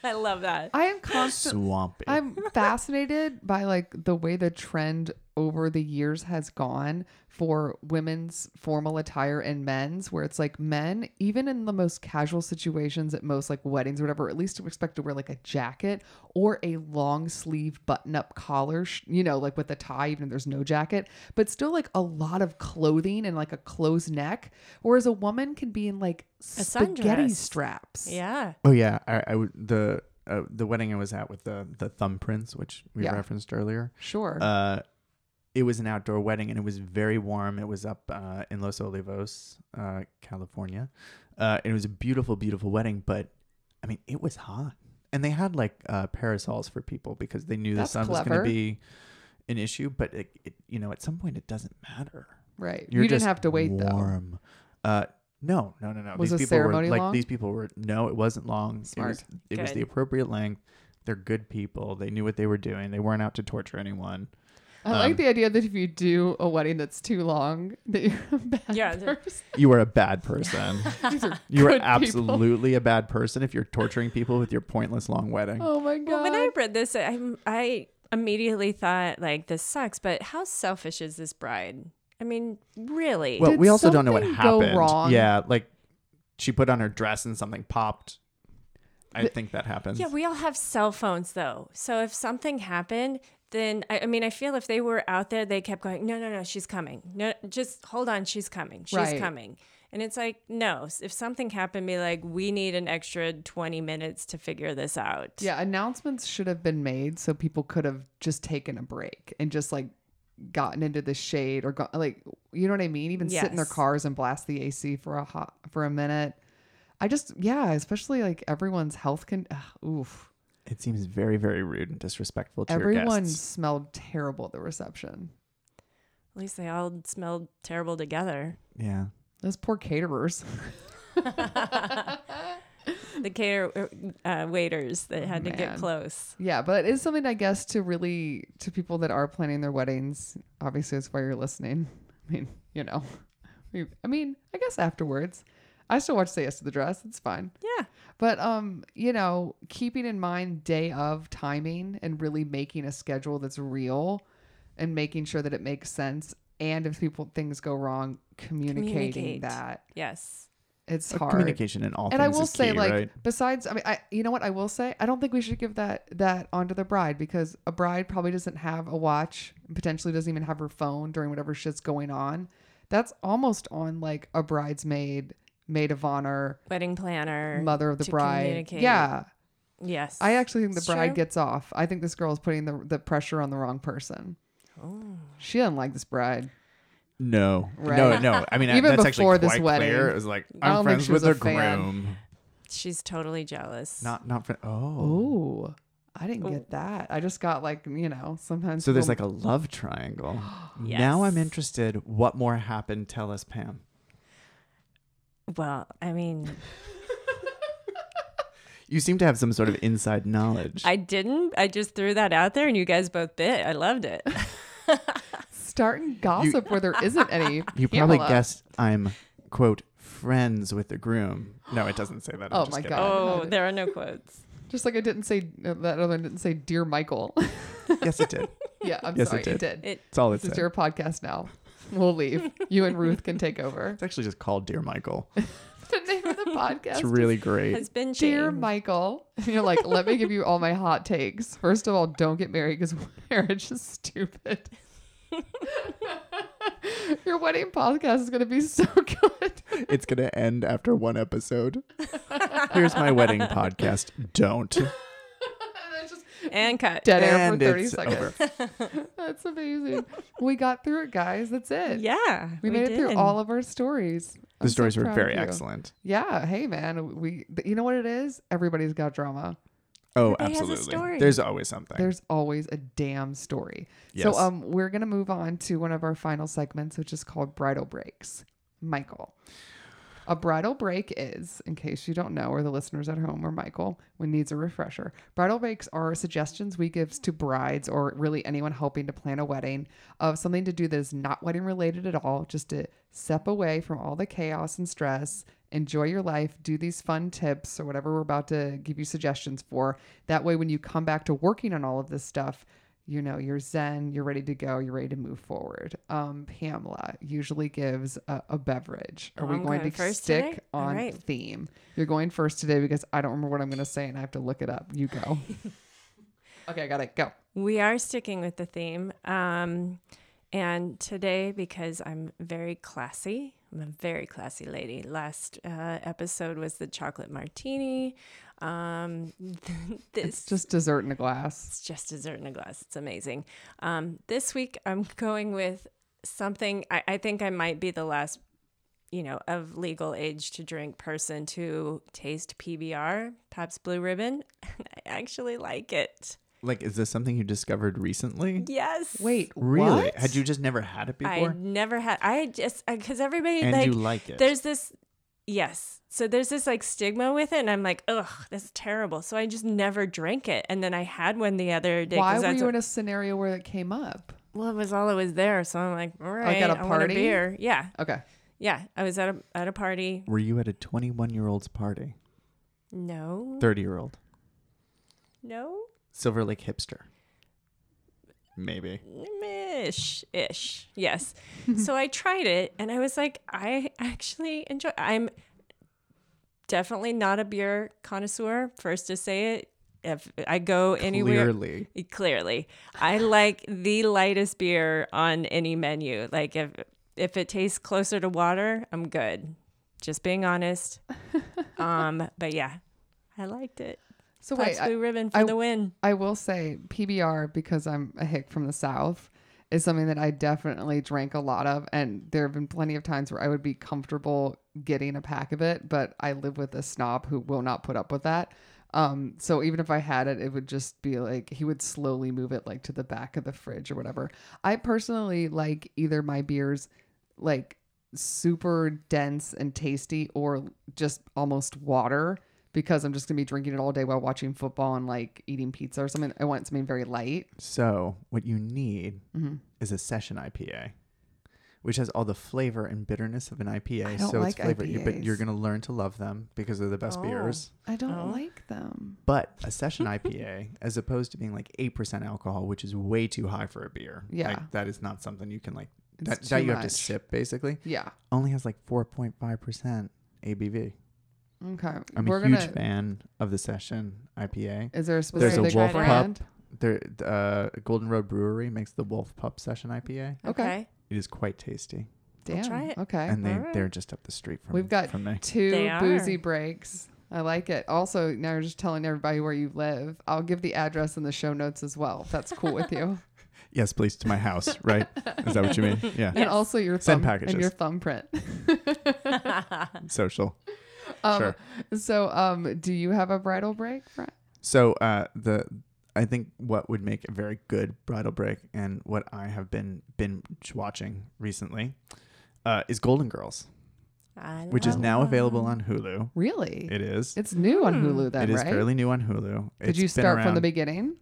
[SPEAKER 3] I love that.
[SPEAKER 1] I am constantly.
[SPEAKER 4] swampy.
[SPEAKER 1] I'm fascinated by like the way the trend over the years has gone for women's formal attire and men's, where it's like men, even in the most casual situations at most like weddings or whatever, at least expect to wear like a jacket or a long sleeve button up collar, sh- you know, like with a tie, even if there's no jacket, but still like a lot of clothing and like a closed neck. Whereas a woman can be in like spaghetti
[SPEAKER 3] sundress.
[SPEAKER 1] straps.
[SPEAKER 3] Yeah.
[SPEAKER 4] Oh yeah, I, I would- the uh, the wedding I was at with the the thumbprints, which we
[SPEAKER 1] Yeah.
[SPEAKER 4] referenced earlier.
[SPEAKER 1] Sure.
[SPEAKER 4] Uh, it was an outdoor wedding and it was very warm. It was up uh, in Los Olivos, uh, California. Uh, it was a beautiful, beautiful wedding, but I mean, it was hot, and they had like uh, parasols for people because they knew
[SPEAKER 1] That's
[SPEAKER 4] the sun was
[SPEAKER 1] clever.
[SPEAKER 4] going to be an issue. But it, it, you know, at some point, it doesn't matter.
[SPEAKER 1] right.
[SPEAKER 4] You're
[SPEAKER 1] you didn't
[SPEAKER 4] just
[SPEAKER 1] have to wait though.
[SPEAKER 4] warm. Uh, no, no, no, no.
[SPEAKER 1] Was
[SPEAKER 4] these
[SPEAKER 1] the
[SPEAKER 4] people
[SPEAKER 1] ceremony
[SPEAKER 4] were like
[SPEAKER 1] long?
[SPEAKER 4] these people were no, it wasn't long.
[SPEAKER 1] Smart.
[SPEAKER 4] It was, it was
[SPEAKER 3] Good.
[SPEAKER 4] the appropriate length. They're good people. They knew what they were doing. They weren't out to torture anyone.
[SPEAKER 1] I like the idea that if you do a wedding that's too long, that you're a bad
[SPEAKER 3] Yeah, the-
[SPEAKER 1] person.
[SPEAKER 4] You were a bad person.
[SPEAKER 1] These are
[SPEAKER 4] you were
[SPEAKER 1] good people.
[SPEAKER 4] absolutely a bad person if you're torturing people with your pointless long wedding.
[SPEAKER 1] Oh my
[SPEAKER 3] Well,
[SPEAKER 1] god!
[SPEAKER 3] when I read this, I, I immediately thought, like, this sucks, but how selfish is this bride? I mean, really?
[SPEAKER 4] well,
[SPEAKER 1] did
[SPEAKER 4] we also don't know what
[SPEAKER 1] something go
[SPEAKER 4] happened.
[SPEAKER 1] wrong?
[SPEAKER 4] Yeah, like she put on her dress and something popped. I think that happens.
[SPEAKER 3] yeah, we all have cell phones, though. So if something happened, then I, I mean, I feel if they were out there, they kept going, no, no, no, she's coming. No, just hold on, she's coming. She's
[SPEAKER 1] Right.
[SPEAKER 3] coming. And it's like, no, if something happened, be like, we need an extra 20 minutes to figure this out.
[SPEAKER 1] yeah, announcements should have been made so people could have just taken a break and just like gotten into the shade or go, like you know what I mean. Even sit in their
[SPEAKER 3] Yes.
[SPEAKER 1] cars and blast the AC for a hot for a minute. I just yeah, especially like everyone's health can. ugh, oof,
[SPEAKER 4] it seems very, very rude and disrespectful to your
[SPEAKER 1] everyone
[SPEAKER 4] guests.
[SPEAKER 1] smelled terrible at the reception.
[SPEAKER 3] At least they all smelled terrible together.
[SPEAKER 4] Yeah.
[SPEAKER 1] Those poor caterers.
[SPEAKER 3] The cater uh, waiters that had to
[SPEAKER 1] Man.
[SPEAKER 3] get close.
[SPEAKER 1] Yeah, but it is something I guess to really to people that are planning their weddings. Obviously, that's why you're listening. I mean, you know, I mean, I guess afterwards. I still watch Say Yes to the Dress. It's fine.
[SPEAKER 3] Yeah.
[SPEAKER 1] But um, you know, keeping in mind day of timing and really making a schedule that's real and making sure that it makes sense and if people things go wrong, communicating
[SPEAKER 3] Communicate.
[SPEAKER 1] that.
[SPEAKER 3] Yes.
[SPEAKER 1] It's
[SPEAKER 4] Uh,
[SPEAKER 1] hard.
[SPEAKER 4] Communication in all
[SPEAKER 1] and
[SPEAKER 4] things
[SPEAKER 1] I will
[SPEAKER 4] is
[SPEAKER 1] say,
[SPEAKER 4] key,
[SPEAKER 1] like,
[SPEAKER 4] right?
[SPEAKER 1] besides, I mean, I, you know what I will say? I don't think we should give that that onto the bride because a bride probably doesn't have a watch, and potentially doesn't even have her phone during whatever shit's going on. That's almost on like a bridesmaid, maid of honor,
[SPEAKER 3] Wedding planner.
[SPEAKER 1] mother of the
[SPEAKER 3] to
[SPEAKER 1] bride.
[SPEAKER 3] communicate.
[SPEAKER 1] Yeah,
[SPEAKER 3] Yes.
[SPEAKER 1] I actually think the
[SPEAKER 3] It's
[SPEAKER 1] bride
[SPEAKER 3] true.
[SPEAKER 1] gets off. I think this girl is putting the the pressure on the wrong person.
[SPEAKER 3] Oh.
[SPEAKER 1] She doesn't like this bride.
[SPEAKER 4] No,
[SPEAKER 1] Right.
[SPEAKER 4] no, no. I mean, I-
[SPEAKER 1] Even
[SPEAKER 4] that's actually
[SPEAKER 1] before
[SPEAKER 4] quite
[SPEAKER 1] this wedding.
[SPEAKER 4] clear. It was like
[SPEAKER 1] I
[SPEAKER 4] I'm
[SPEAKER 1] don't think
[SPEAKER 4] friends
[SPEAKER 1] she was
[SPEAKER 4] with
[SPEAKER 1] a
[SPEAKER 4] her
[SPEAKER 1] fan.
[SPEAKER 4] groom.
[SPEAKER 3] She's totally jealous.
[SPEAKER 4] Not, not. Fr- oh.
[SPEAKER 1] Oh, I didn't get that. I just got like you know sometimes.
[SPEAKER 4] so there's
[SPEAKER 1] people-
[SPEAKER 4] like a love triangle. Now I'm
[SPEAKER 3] Yes.
[SPEAKER 4] interested. What more happened? Tell us, Pam.
[SPEAKER 3] Well, I mean,
[SPEAKER 4] You seem to have some sort of inside knowledge.
[SPEAKER 3] I didn't. I just threw that out there, and you guys both bit. I loved it.
[SPEAKER 1] starting gossip where there isn't any.
[SPEAKER 4] you probably
[SPEAKER 1] Pamela.
[SPEAKER 4] guessed I'm quote friends with the groom. No, it doesn't say that. I'm
[SPEAKER 1] Oh
[SPEAKER 4] just
[SPEAKER 1] my
[SPEAKER 4] kidding.
[SPEAKER 1] God.
[SPEAKER 3] Oh, there are no quotes.
[SPEAKER 1] Just like I didn't say that other one didn't say dear Michael.
[SPEAKER 4] yes, it did.
[SPEAKER 1] yeah, I'm
[SPEAKER 4] Yes,
[SPEAKER 1] sorry,
[SPEAKER 4] it did.
[SPEAKER 1] it did.
[SPEAKER 3] It
[SPEAKER 4] It's all it
[SPEAKER 1] this is
[SPEAKER 4] said.
[SPEAKER 1] your podcast now. We'll leave. You and Ruth can take over.
[SPEAKER 4] It's actually just called Dear Michael.
[SPEAKER 1] the name of the podcast.
[SPEAKER 4] It's really
[SPEAKER 3] has
[SPEAKER 4] great.
[SPEAKER 3] been
[SPEAKER 1] is Dear
[SPEAKER 3] changed.
[SPEAKER 1] Michael, And you're like, let me give you all my hot takes. First of all, don't get married because marriage is stupid. Your wedding podcast is going to be so good.
[SPEAKER 4] It's gonna end after one episode. Here's my wedding podcast. Don't.
[SPEAKER 1] And it's just
[SPEAKER 3] and cut.
[SPEAKER 1] dead air for
[SPEAKER 4] And
[SPEAKER 1] 30
[SPEAKER 4] it's
[SPEAKER 1] seconds. That's amazing. We got through it, guys. That's it.
[SPEAKER 3] Yeah,
[SPEAKER 1] We, made it through
[SPEAKER 3] did.
[SPEAKER 1] all of our stories.
[SPEAKER 4] The
[SPEAKER 1] I'm so
[SPEAKER 4] stories were
[SPEAKER 1] proud
[SPEAKER 4] very
[SPEAKER 1] of you.
[SPEAKER 4] excellent.
[SPEAKER 1] Yeah. Hey, man. We. th- You know what it is? Everybody's got drama.
[SPEAKER 4] Oh,
[SPEAKER 3] Everybody has a
[SPEAKER 4] absolutely.
[SPEAKER 3] story.
[SPEAKER 4] There's always something.
[SPEAKER 1] There's always a damn story.
[SPEAKER 4] Yes.
[SPEAKER 1] So, um, we're gonna move on to one of our final segments, which is called bridal breaks. Michael. A bridal break is, in case you don't know, or the listeners at home or Michael, when needs a refresher, bridal breaks are suggestions we give to brides or really anyone helping to plan a wedding of something to do that is not wedding related at all, just to step away from all the chaos and stress, enjoy your life, do these fun tips or whatever we're about to give you suggestions for. That way, when you come back to working on all of this stuff, you know, you're zen, you're ready to go, you're ready to move forward. Um, Pamela usually gives a, a beverage. Are
[SPEAKER 3] Oh,
[SPEAKER 1] we
[SPEAKER 3] I'm
[SPEAKER 1] going
[SPEAKER 3] going
[SPEAKER 1] to
[SPEAKER 3] first
[SPEAKER 1] stick
[SPEAKER 3] today? All
[SPEAKER 1] on
[SPEAKER 3] right.
[SPEAKER 1] theme? You're going first today because I don't remember what I'm going to say and I have to look it up. You go. okay, I got it. Go.
[SPEAKER 3] We are sticking with the theme. Um, and today, because I'm very classy, I'm a very classy lady. Last uh, episode was the chocolate martini. Um, this
[SPEAKER 1] It's just dessert in a glass.
[SPEAKER 3] it's just dessert in a glass. It's amazing. Um, this week, I'm going with something. I, I think I might be the last, you know, of legal age to drink person to taste PBR, Pabst Blue Ribbon. I actually like it.
[SPEAKER 4] like, is this something you discovered recently?
[SPEAKER 3] Yes.
[SPEAKER 1] Wait,
[SPEAKER 4] Really?
[SPEAKER 1] what?
[SPEAKER 4] Had you just never had it
[SPEAKER 3] I
[SPEAKER 4] before?
[SPEAKER 3] never had. I just because everybody
[SPEAKER 4] and
[SPEAKER 3] like,
[SPEAKER 4] you like it?
[SPEAKER 3] there's this yes. So there's this like stigma with it, and I'm like, ugh, that's terrible. So I just never drank it, and then I had one the other day. 'cause
[SPEAKER 1] Why were
[SPEAKER 3] that's
[SPEAKER 1] you
[SPEAKER 3] what-
[SPEAKER 1] in a scenario where it came up?
[SPEAKER 3] well, it was all that was there. So I'm like, all right,
[SPEAKER 1] at a
[SPEAKER 3] I want a
[SPEAKER 1] party?
[SPEAKER 3] beer. Yeah,
[SPEAKER 1] Okay.
[SPEAKER 3] yeah. I was at a at a party.
[SPEAKER 4] Were you at a 21 year old's party?
[SPEAKER 3] No,
[SPEAKER 4] 30 year old?
[SPEAKER 3] no,
[SPEAKER 4] Silver Lake hipster? Maybe.
[SPEAKER 3] ish, ish. Yes. so I tried it, and I was like, I actually enjoy. I'm definitely not a beer connoisseur. First to say it, if I go anywhere.
[SPEAKER 4] Clearly.
[SPEAKER 3] Clearly, I like the lightest beer on any menu. Like if if it tastes closer to water, I'm good. Just being honest. um, but yeah, I liked it.
[SPEAKER 1] So
[SPEAKER 3] Pabst
[SPEAKER 1] wait, I,
[SPEAKER 3] Blue Ribbon for
[SPEAKER 1] I-
[SPEAKER 3] the win.
[SPEAKER 1] I will say PBR because I'm a hick from the South is something that I definitely drank a lot of, and there have been plenty of times where I would be comfortable getting a pack of it, but I live with a snob who will not put up with that. Um, so even if I had it, it would just be like he would slowly move it like to the back of the fridge or whatever. I personally like either my beers like super dense and tasty or just almost water because I'm just gonna be drinking it all day while watching football and like eating pizza or something. I want something very light.
[SPEAKER 4] Mm-hmm. So, what you need is a session IPA, which has all the flavor and bitterness of an IPA.
[SPEAKER 1] I don't
[SPEAKER 4] so
[SPEAKER 1] like
[SPEAKER 4] it's flavored, you- but
[SPEAKER 1] IPAs.
[SPEAKER 4] you're going to learn to love them because they're the best
[SPEAKER 3] Oh.
[SPEAKER 4] beers.
[SPEAKER 1] I don't
[SPEAKER 3] Oh.
[SPEAKER 1] like them.
[SPEAKER 4] But a session IPA, as opposed to being like eight percent alcohol, which is way too high for a beer.
[SPEAKER 1] Yeah.
[SPEAKER 4] like, that is not something you can like.
[SPEAKER 1] It's
[SPEAKER 4] That, that
[SPEAKER 1] too
[SPEAKER 4] you have to
[SPEAKER 1] much.
[SPEAKER 4] sip basically.
[SPEAKER 1] Yeah.
[SPEAKER 4] Only has like four point five percent ABV.
[SPEAKER 1] Okay.
[SPEAKER 4] I'm
[SPEAKER 1] We're
[SPEAKER 4] a huge
[SPEAKER 1] gonna.
[SPEAKER 4] fan of the session IPA.
[SPEAKER 1] Is there a
[SPEAKER 4] There's
[SPEAKER 1] specific
[SPEAKER 4] a Wolf
[SPEAKER 1] brand?
[SPEAKER 4] Pup. There, uh, Golden Road Brewery makes the Wolf Pup Session IPA.
[SPEAKER 1] Okay.
[SPEAKER 4] It is quite tasty,
[SPEAKER 1] Damn.
[SPEAKER 3] try it.
[SPEAKER 1] Okay.
[SPEAKER 4] and they
[SPEAKER 3] alright.
[SPEAKER 4] they're just up the street from.
[SPEAKER 1] We've got
[SPEAKER 4] from me.
[SPEAKER 1] two
[SPEAKER 3] They are.
[SPEAKER 1] boozy breaks. I like it. Also, now you're just telling everybody where you live. I'll give the address in the show notes as well. If that's cool with you.
[SPEAKER 4] Yes, please to my house. Right? is that what you mean? Yeah.
[SPEAKER 1] And also your
[SPEAKER 4] Send
[SPEAKER 1] thumb and your
[SPEAKER 4] packages.
[SPEAKER 1] thumbprint.
[SPEAKER 4] Social.
[SPEAKER 1] Um,
[SPEAKER 4] Sure.
[SPEAKER 1] So, um, do you have a bridal break? Brett?
[SPEAKER 4] So uh, the I think what would make a very good bridal break, and what I have been binge watching recently, uh, is Golden Girls,
[SPEAKER 3] I
[SPEAKER 4] which is
[SPEAKER 3] love
[SPEAKER 4] now
[SPEAKER 3] them.
[SPEAKER 4] available on Hulu.
[SPEAKER 1] Really?
[SPEAKER 4] It is.
[SPEAKER 1] It's new on
[SPEAKER 3] Hmm.
[SPEAKER 1] Hulu then,
[SPEAKER 4] it is
[SPEAKER 1] right?
[SPEAKER 4] fairly new on Hulu.
[SPEAKER 1] Did you start from the beginning?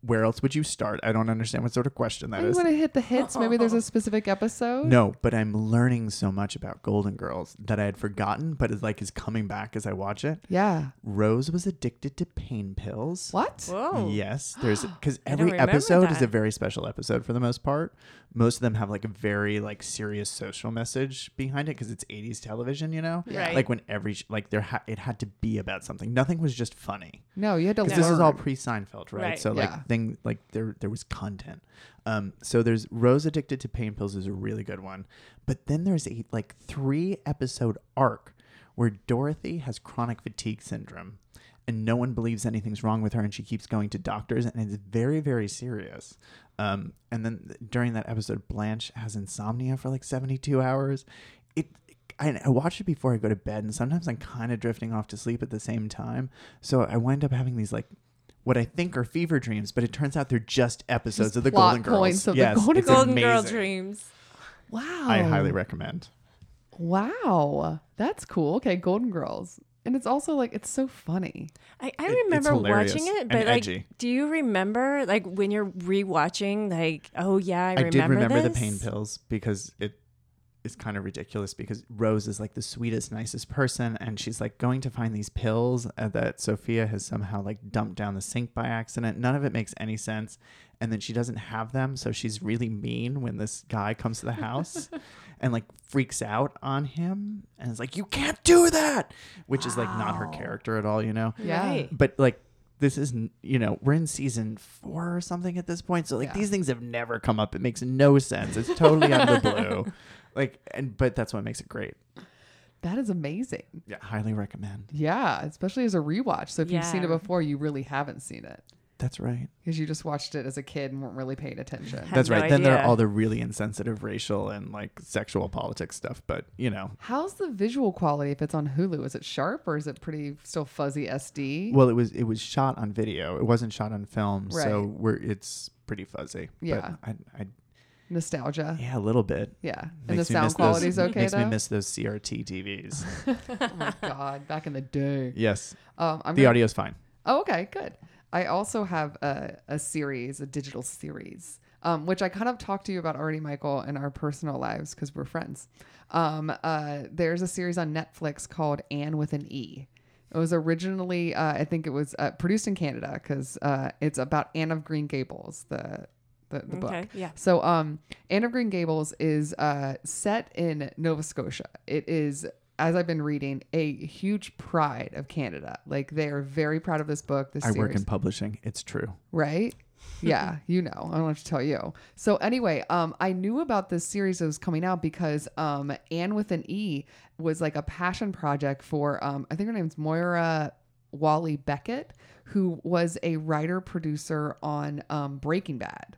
[SPEAKER 4] Where else would you start? I don't understand what sort of question that
[SPEAKER 1] you
[SPEAKER 4] is.
[SPEAKER 1] want to hit the hits. Maybe there's a specific episode.
[SPEAKER 4] No, but I'm learning so much about Golden Girls that I had forgotten, but it like is coming back as I watch it.
[SPEAKER 1] Yeah.
[SPEAKER 4] Rose was addicted to pain pills.
[SPEAKER 1] What?
[SPEAKER 3] Whoa.
[SPEAKER 4] Yes, there's because
[SPEAKER 3] don't
[SPEAKER 4] every
[SPEAKER 3] remember
[SPEAKER 4] episode is
[SPEAKER 3] that.
[SPEAKER 4] a very special episode for the most part. Most of them have like a very like serious social message behind it because it's 80s television, you know.
[SPEAKER 3] Right.
[SPEAKER 4] Like when every sh- like there ha- it had to be about something. Nothing was just funny
[SPEAKER 1] No, you had to.
[SPEAKER 4] because this is all
[SPEAKER 1] learn.
[SPEAKER 4] pre Seinfeld, right?
[SPEAKER 3] Right.
[SPEAKER 4] So like
[SPEAKER 1] Yeah.
[SPEAKER 4] thing like there there was content. Um, so there's Rose addicted to pain pills is a really good one, but then there's a like three episode arc where Dorothy has chronic fatigue syndrome, and no one believes anything's wrong with her, and she keeps going to doctors, and it's very very serious. Um, and then th- during that episode, Blanche has insomnia for like 72 hours. It I, I watch it before I go to bed, and sometimes I'm kind of drifting off to sleep at the same time. So I wind up having these like what I think are fever dreams, but it turns out they're just episodes
[SPEAKER 1] Just
[SPEAKER 4] of the
[SPEAKER 1] plot
[SPEAKER 4] Golden Girls.
[SPEAKER 1] points of the
[SPEAKER 4] yes,
[SPEAKER 1] Golden Oh.
[SPEAKER 4] it's
[SPEAKER 3] Golden Girl
[SPEAKER 4] amazing.
[SPEAKER 3] dreams.
[SPEAKER 1] Wow.
[SPEAKER 4] I highly recommend.
[SPEAKER 1] Wow, that's cool. Okay, Golden Girls, and it's also like it's so funny.
[SPEAKER 3] I,
[SPEAKER 4] It-
[SPEAKER 3] I
[SPEAKER 4] it's
[SPEAKER 3] remember
[SPEAKER 4] hilarious
[SPEAKER 3] watching it,
[SPEAKER 4] and
[SPEAKER 3] but like,
[SPEAKER 4] edgy.
[SPEAKER 3] do you remember like when you're rewatching? Like, oh yeah, I,
[SPEAKER 4] I,
[SPEAKER 3] remember
[SPEAKER 4] did remember the
[SPEAKER 3] this?
[SPEAKER 4] pain pills because it is kind of ridiculous because Rose is like the sweetest, nicest person, and she's like going to find these pills uh, that Sophia has somehow like dumped down the sink by accident. None of it makes any sense. And then she doesn't have them, so she's really mean when this guy comes to the house and like freaks out on him and is like, You can't do that! Which is like not her character at all, you know?
[SPEAKER 1] Yeah.
[SPEAKER 3] Right.
[SPEAKER 4] but like this is n- you know we're in season four or something at this point so like
[SPEAKER 1] Yeah.
[SPEAKER 4] these things have never come up it makes no sense it's totally out of the blue like and but that's what makes it great
[SPEAKER 1] That is amazing.
[SPEAKER 4] yeah highly recommend
[SPEAKER 1] Yeah, especially as a rewatch. So if you've seen it
[SPEAKER 3] Yeah.
[SPEAKER 1] before, you really haven't seen it
[SPEAKER 4] that's right
[SPEAKER 1] because you just watched it as a kid and weren't really paying attention.
[SPEAKER 3] Had
[SPEAKER 4] that's
[SPEAKER 3] no
[SPEAKER 4] right then there are
[SPEAKER 3] idea.
[SPEAKER 4] all the really insensitive racial and like sexual politics stuff but you know
[SPEAKER 1] How's the visual quality if it's on Hulu? Is it sharp or is it pretty still fuzzy SD?
[SPEAKER 4] well it was it was shot on video it wasn't shot on film so
[SPEAKER 1] Right.
[SPEAKER 4] we're it's pretty fuzzy
[SPEAKER 1] Yeah.
[SPEAKER 4] but I, I
[SPEAKER 1] Nostalgia. Yeah.
[SPEAKER 4] yeah a little bit
[SPEAKER 1] And the
[SPEAKER 4] Makes me miss
[SPEAKER 1] sound
[SPEAKER 4] those-
[SPEAKER 1] quality's okay
[SPEAKER 4] makes
[SPEAKER 1] though.
[SPEAKER 4] me miss those crt tvs
[SPEAKER 1] oh my god, back in the day.
[SPEAKER 4] yes
[SPEAKER 1] Um, I'm
[SPEAKER 4] the
[SPEAKER 1] gonna-
[SPEAKER 4] audio's fine
[SPEAKER 1] Oh, okay, good. I also have a, a series, a digital series, um, which I kind of talked to you about already, Michael, in our personal lives because we're friends. Um, uh, there's a series on Netflix called Anne with an E. It was originally, uh, I think it was uh, produced in Canada because uh, it's about Anne of Green Gables, the the, the book.
[SPEAKER 3] Okay, yeah.
[SPEAKER 1] So, um, Anne of Green Gables is uh, set in Nova Scotia. It is, as I've been reading, a huge pride of Canada. Like they are very proud of this book. This
[SPEAKER 4] I
[SPEAKER 1] series,
[SPEAKER 4] work in publishing. It's true.
[SPEAKER 1] right? Yeah, you know. I don't have to tell you. So anyway, um, I knew about this series that was coming out because um, Anne with an E was like a passion project for um, I think her name's Moira Wally Beckett, who was a writer producer on um, Breaking Bad.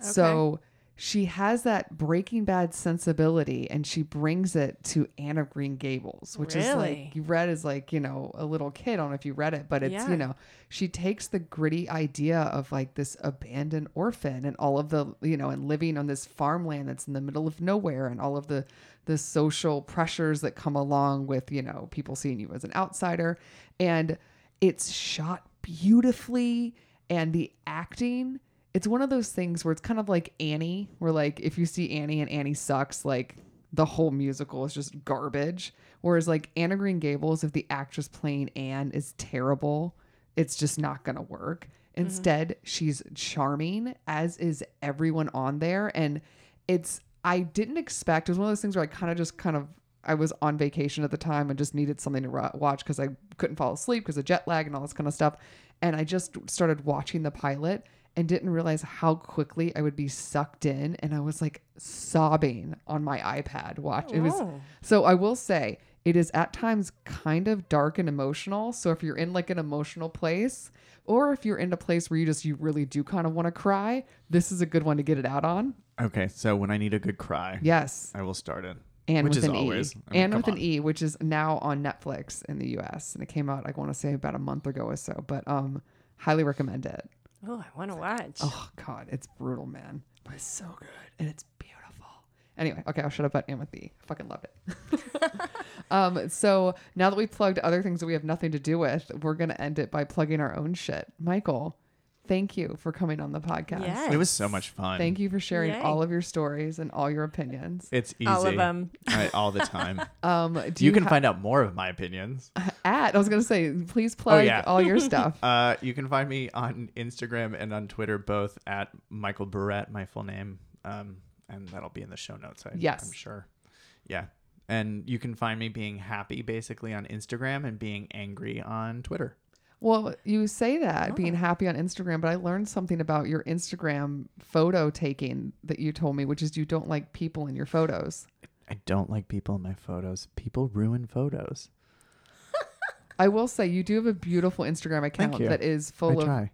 [SPEAKER 1] So she has that Breaking Bad sensibility and she brings it to Anne of Green Gables, which is
[SPEAKER 3] Really?
[SPEAKER 1] like you read as like, you know, a little kid. I don't know if you read it, but it's,
[SPEAKER 3] Yeah.
[SPEAKER 1] you know, she takes the gritty idea of like this abandoned orphan and all of the, you know, and living on this farmland that's in the middle of nowhere and all of the, the social pressures that come along with, you know, people seeing you as an outsider. And it's shot beautifully and the acting it's one of those things where it's kind of like Annie, where like if you see Annie and Annie sucks, like the whole musical is just garbage. Whereas like Anna Green Gables, if the actress playing Anne is terrible, it's just not gonna work. Instead, she's charming, as is everyone on there. And it's I didn't expect it was one of those things where I kind of just kind of I was on vacation at the time and just needed something to ro- watch because I couldn't fall asleep because of jet lag and all this kind of stuff. And I just started watching the pilot and didn't realize how quickly I would be sucked in. And I was like sobbing on my iPad watch. It was
[SPEAKER 3] Oh.
[SPEAKER 1] so I will say it is at times kind of dark and emotional. So if you're in like an emotional place, or if you're in a place where you just you really do kind of want to cry, this is a good one to get it out on.
[SPEAKER 4] Okay, so when I need a good cry,
[SPEAKER 1] Yes.
[SPEAKER 4] I will start it.
[SPEAKER 1] And
[SPEAKER 4] which
[SPEAKER 1] with
[SPEAKER 4] is
[SPEAKER 1] an
[SPEAKER 4] always.
[SPEAKER 1] E.
[SPEAKER 4] I mean,
[SPEAKER 1] and
[SPEAKER 4] come
[SPEAKER 1] with an
[SPEAKER 4] on.
[SPEAKER 1] E, which is now on Netflix in the US. And it came out, I want to say about a month ago or so, but um highly recommend it.
[SPEAKER 3] Oh, I want to watch.
[SPEAKER 1] Oh god, it's brutal, man. But it's so good and it's beautiful. Anyway, okay, I'll shut up about Amity. I fucking loved it. um, so now that we've plugged other things that we have nothing to do with, we're gonna end it by plugging our own shit. Michael, thank you for coming on the podcast.
[SPEAKER 3] Yes.
[SPEAKER 4] It was so much fun.
[SPEAKER 1] Thank you for sharing
[SPEAKER 3] Yay.
[SPEAKER 1] all of your stories and all your opinions.
[SPEAKER 4] It's easy.
[SPEAKER 3] All of them.
[SPEAKER 4] I- all the time.
[SPEAKER 1] Um, do
[SPEAKER 4] you,
[SPEAKER 1] you,
[SPEAKER 4] can
[SPEAKER 1] ha-
[SPEAKER 4] find out more of my opinions.
[SPEAKER 1] at? I was gonna say, please plug
[SPEAKER 4] Oh, yeah.
[SPEAKER 1] all your stuff.
[SPEAKER 4] Uh, you can find me on Instagram and on Twitter, both at Michael Barrett, my full name. Um, and that'll be in the show notes, I,
[SPEAKER 1] Yes.
[SPEAKER 4] I'm sure. Yeah. And you can find me being happy basically on Instagram and being angry on Twitter.
[SPEAKER 1] Well, you say
[SPEAKER 4] Oh.
[SPEAKER 1] that being happy on Instagram, but I learned something about your Instagram photo taking that you told me, which is you don't like people in your photos.
[SPEAKER 4] I don't like people in my photos. People ruin photos.
[SPEAKER 1] I will say you do have a beautiful Instagram account
[SPEAKER 4] you.
[SPEAKER 1] that is
[SPEAKER 4] I
[SPEAKER 1] full of.
[SPEAKER 4] try.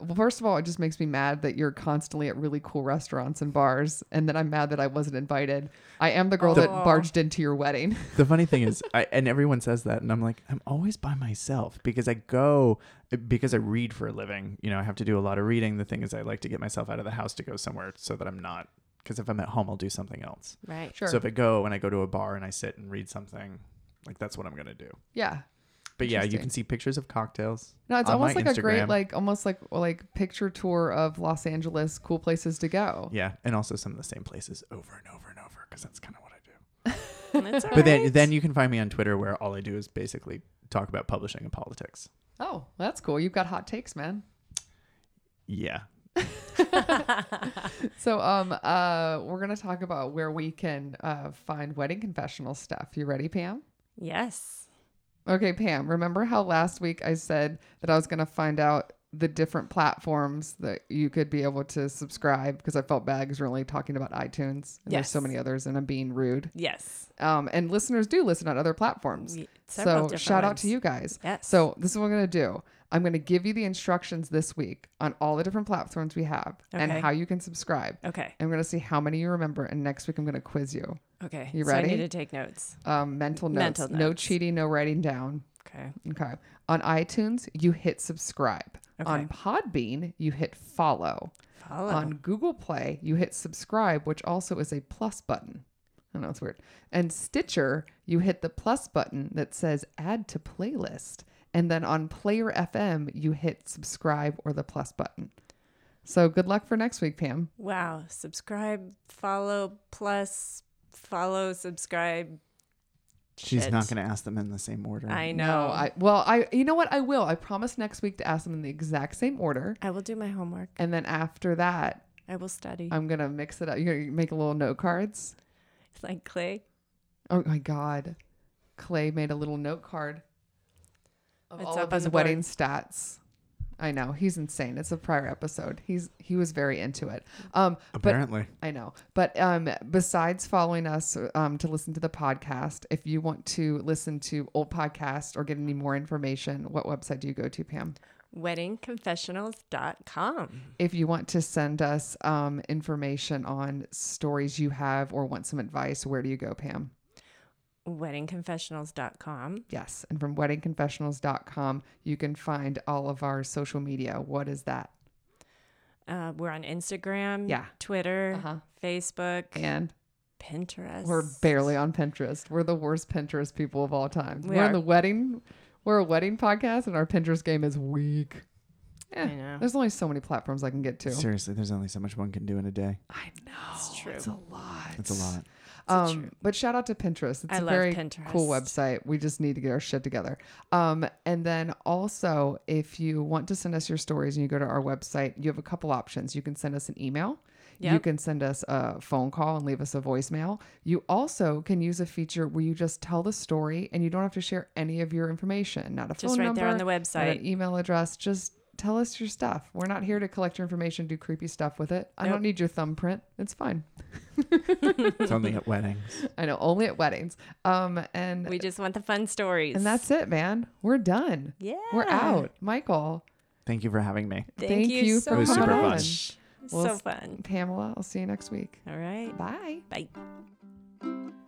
[SPEAKER 1] Well, first of all, it just makes me mad that you're constantly at really cool restaurants and bars, and then I'm mad that I wasn't invited. I am the girl
[SPEAKER 4] Oh.
[SPEAKER 1] that
[SPEAKER 3] Aw.
[SPEAKER 1] barged into your wedding.
[SPEAKER 4] The funny thing is, I, and everyone says that, and I'm like, I'm always by myself because I go, uh, because I read for a living. You know, I have to do a lot of reading. The thing is, I like to get myself out of the house to go somewhere so that I'm not, because if I'm at home, I'll do something else.
[SPEAKER 3] Right.
[SPEAKER 1] Sure.
[SPEAKER 4] So if I go and I go to a bar and I sit and read something, like that's what I'm going to do.
[SPEAKER 1] yeah.
[SPEAKER 4] But yeah, you
[SPEAKER 1] Interesting.
[SPEAKER 4] can see pictures of cocktails.
[SPEAKER 1] No, it's
[SPEAKER 4] on
[SPEAKER 1] almost
[SPEAKER 4] my
[SPEAKER 1] like a great,
[SPEAKER 4] Instagram.
[SPEAKER 1] like almost like like picture tour of Los Angeles, cool places to go.
[SPEAKER 4] Yeah, and also some of the same places over and over and over because that's kind of what I do.
[SPEAKER 3] That's all
[SPEAKER 4] But then,
[SPEAKER 3] right.
[SPEAKER 4] then you can find me on Twitter where all I do is basically talk about publishing and politics.
[SPEAKER 1] Oh, well, that's cool. You've got hot takes, man.
[SPEAKER 4] Yeah.
[SPEAKER 1] So um uh we're gonna talk about where we can uh find wedding confessional stuff. You ready, Pam?
[SPEAKER 3] yes.
[SPEAKER 1] Okay, Pam, remember how last week I said that I was gonna find out the different platforms that you could be able to subscribe because I felt bad because we're only talking about iTunes and there's so
[SPEAKER 3] Yes.
[SPEAKER 1] many others and I'm being rude.
[SPEAKER 3] Yes.
[SPEAKER 1] Um and listeners do listen on other platforms.
[SPEAKER 3] Ye- several
[SPEAKER 1] So
[SPEAKER 3] different
[SPEAKER 1] shout out to
[SPEAKER 3] ones.
[SPEAKER 1] you guys.
[SPEAKER 3] Yes.
[SPEAKER 1] So this is what I'm gonna do. I'm gonna give you the instructions this week on all the different platforms we have and
[SPEAKER 3] Okay.
[SPEAKER 1] how you can subscribe.
[SPEAKER 3] Okay.
[SPEAKER 1] I'm gonna see how many you remember, and next week I'm gonna quiz you.
[SPEAKER 3] Okay.
[SPEAKER 1] You
[SPEAKER 3] So I
[SPEAKER 1] ready?
[SPEAKER 3] need to take notes.
[SPEAKER 1] Um, mental notes,
[SPEAKER 3] Mental
[SPEAKER 1] no
[SPEAKER 3] notes.
[SPEAKER 1] cheating, no writing down.
[SPEAKER 3] Okay.
[SPEAKER 1] Okay. On iTunes, you hit subscribe. On
[SPEAKER 3] Okay.
[SPEAKER 1] Podbean, you hit follow.
[SPEAKER 3] Follow.
[SPEAKER 1] On Google Play, you hit subscribe, which also is a plus button. I know it's weird. And Stitcher, you hit the plus button that says add to playlist. And then on Player FM, you hit subscribe or the plus button. So good luck for next week, Pam.
[SPEAKER 3] Wow. Subscribe, follow, plus, follow, subscribe.
[SPEAKER 4] She's
[SPEAKER 3] Shit.
[SPEAKER 4] not going to ask them in the same order.
[SPEAKER 3] I know.
[SPEAKER 1] Mm, No, I well, I you know what? I will. I promise next week to ask them in the exact same order,
[SPEAKER 3] I will do my homework.
[SPEAKER 1] and then after that,
[SPEAKER 3] I will study.
[SPEAKER 1] I'm gonna mix it up. You're gonna make little note cards.
[SPEAKER 3] like clay.
[SPEAKER 1] Oh my god, Clay made a little note card of
[SPEAKER 3] It's
[SPEAKER 1] all
[SPEAKER 3] up
[SPEAKER 1] of
[SPEAKER 3] on
[SPEAKER 1] his
[SPEAKER 3] the
[SPEAKER 1] wedding stats. I know he's insane. It's a prior episode. He's he was very into it. Um, but
[SPEAKER 4] Apparently.
[SPEAKER 1] I know. But um, besides following us um, to listen to the podcast, if you want to listen to old podcasts or get any more information, what website do you go to, Pam?
[SPEAKER 3] Weddingconfessionals.com.
[SPEAKER 1] if you want to send us um, information on stories you have or want some advice, where do you go, Pam?
[SPEAKER 3] Weddingconfessionals.com.
[SPEAKER 1] Yes. And from weddingconfessionals.com, you can find all of our social media. What is that?
[SPEAKER 3] Uh, we're on Instagram,
[SPEAKER 1] Yeah.
[SPEAKER 3] Twitter,
[SPEAKER 1] Uh-huh.
[SPEAKER 3] Facebook,
[SPEAKER 1] And
[SPEAKER 3] Pinterest.
[SPEAKER 1] we're barely on Pinterest. We're the worst Pinterest people of all time.
[SPEAKER 3] We
[SPEAKER 1] We are in
[SPEAKER 3] are.
[SPEAKER 1] the wedding. We're a wedding podcast, and our Pinterest game is weak. Eh,
[SPEAKER 3] I know.
[SPEAKER 1] There's only so many platforms I can get to.
[SPEAKER 4] Seriously, there's only so much one can do in a day.
[SPEAKER 1] I know.
[SPEAKER 3] It's true.
[SPEAKER 1] It's a lot.
[SPEAKER 4] It's a lot.
[SPEAKER 3] It's
[SPEAKER 1] Um,
[SPEAKER 3] true.
[SPEAKER 1] but shout out to Pinterest. It's
[SPEAKER 3] I
[SPEAKER 1] a
[SPEAKER 3] love
[SPEAKER 1] very
[SPEAKER 3] Pinterest.
[SPEAKER 1] cool website. We just need to get our shit together. Um, and then also, if you want to send us your stories and you go to our website, you have a couple options. You can send us an email. You
[SPEAKER 3] Yep.
[SPEAKER 1] can send us a phone call and leave us a voicemail. You also can use a feature where you just tell the story and you don't have to share any of your information, not a
[SPEAKER 3] Just
[SPEAKER 1] phone
[SPEAKER 3] right
[SPEAKER 1] number,
[SPEAKER 3] there on the
[SPEAKER 1] not
[SPEAKER 3] website.
[SPEAKER 1] an email address. Just tell us your stuff. We're not here to collect your information, do creepy stuff with it. I
[SPEAKER 3] Nope.
[SPEAKER 1] don't need your thumbprint. It's fine.
[SPEAKER 4] It's only at weddings.
[SPEAKER 1] I know, only at weddings. Um, and
[SPEAKER 3] We just want the fun stories.
[SPEAKER 1] and that's it, man. We're done.
[SPEAKER 3] yeah.
[SPEAKER 1] We're out, Michael.
[SPEAKER 4] Thank you for having me.
[SPEAKER 3] Thank,
[SPEAKER 1] Thank
[SPEAKER 3] you,
[SPEAKER 1] you
[SPEAKER 3] so
[SPEAKER 1] for
[SPEAKER 4] It was super fun.
[SPEAKER 3] much.
[SPEAKER 1] Well,
[SPEAKER 3] so
[SPEAKER 1] s-
[SPEAKER 3] fun.
[SPEAKER 1] Pamela, I'll see you next week.
[SPEAKER 3] All right.
[SPEAKER 1] Bye.
[SPEAKER 3] Bye.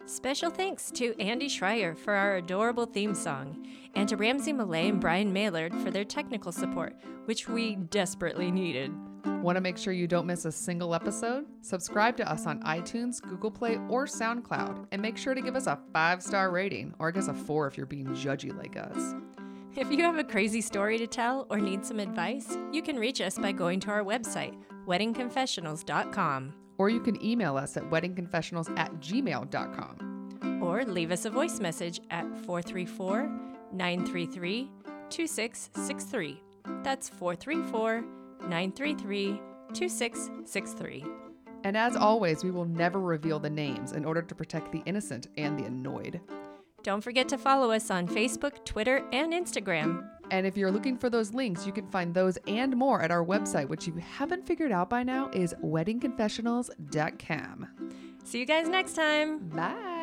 [SPEAKER 3] Special thanks to Andy Schreier for our adorable theme song, and to Ramsey Millay and Brian Maylard for their technical support, which we desperately needed.
[SPEAKER 1] Want to make sure you don't miss a single episode? Subscribe to us on iTunes, Google Play, or SoundCloud, and make sure to give us a five star rating, or I guess a four if you're being judgy like us.
[SPEAKER 3] If you have a crazy story to tell or need some advice, you can reach us by going to our website, weddingconfessionals.com,
[SPEAKER 1] Or you can email us at weddingconfessionals at gmail.com.
[SPEAKER 3] or leave us a voice message at 434 933 2663. That's 434 933 2663.
[SPEAKER 1] And as always, we will never reveal the names in order to protect the innocent and the annoyed.
[SPEAKER 3] Don't forget to follow us on Facebook, Twitter, and Instagram.
[SPEAKER 1] And if you're looking for those links, you can find those and more at our website, which you haven't figured out by now is weddingconfessionals.com.
[SPEAKER 3] See you guys next time.
[SPEAKER 1] Bye.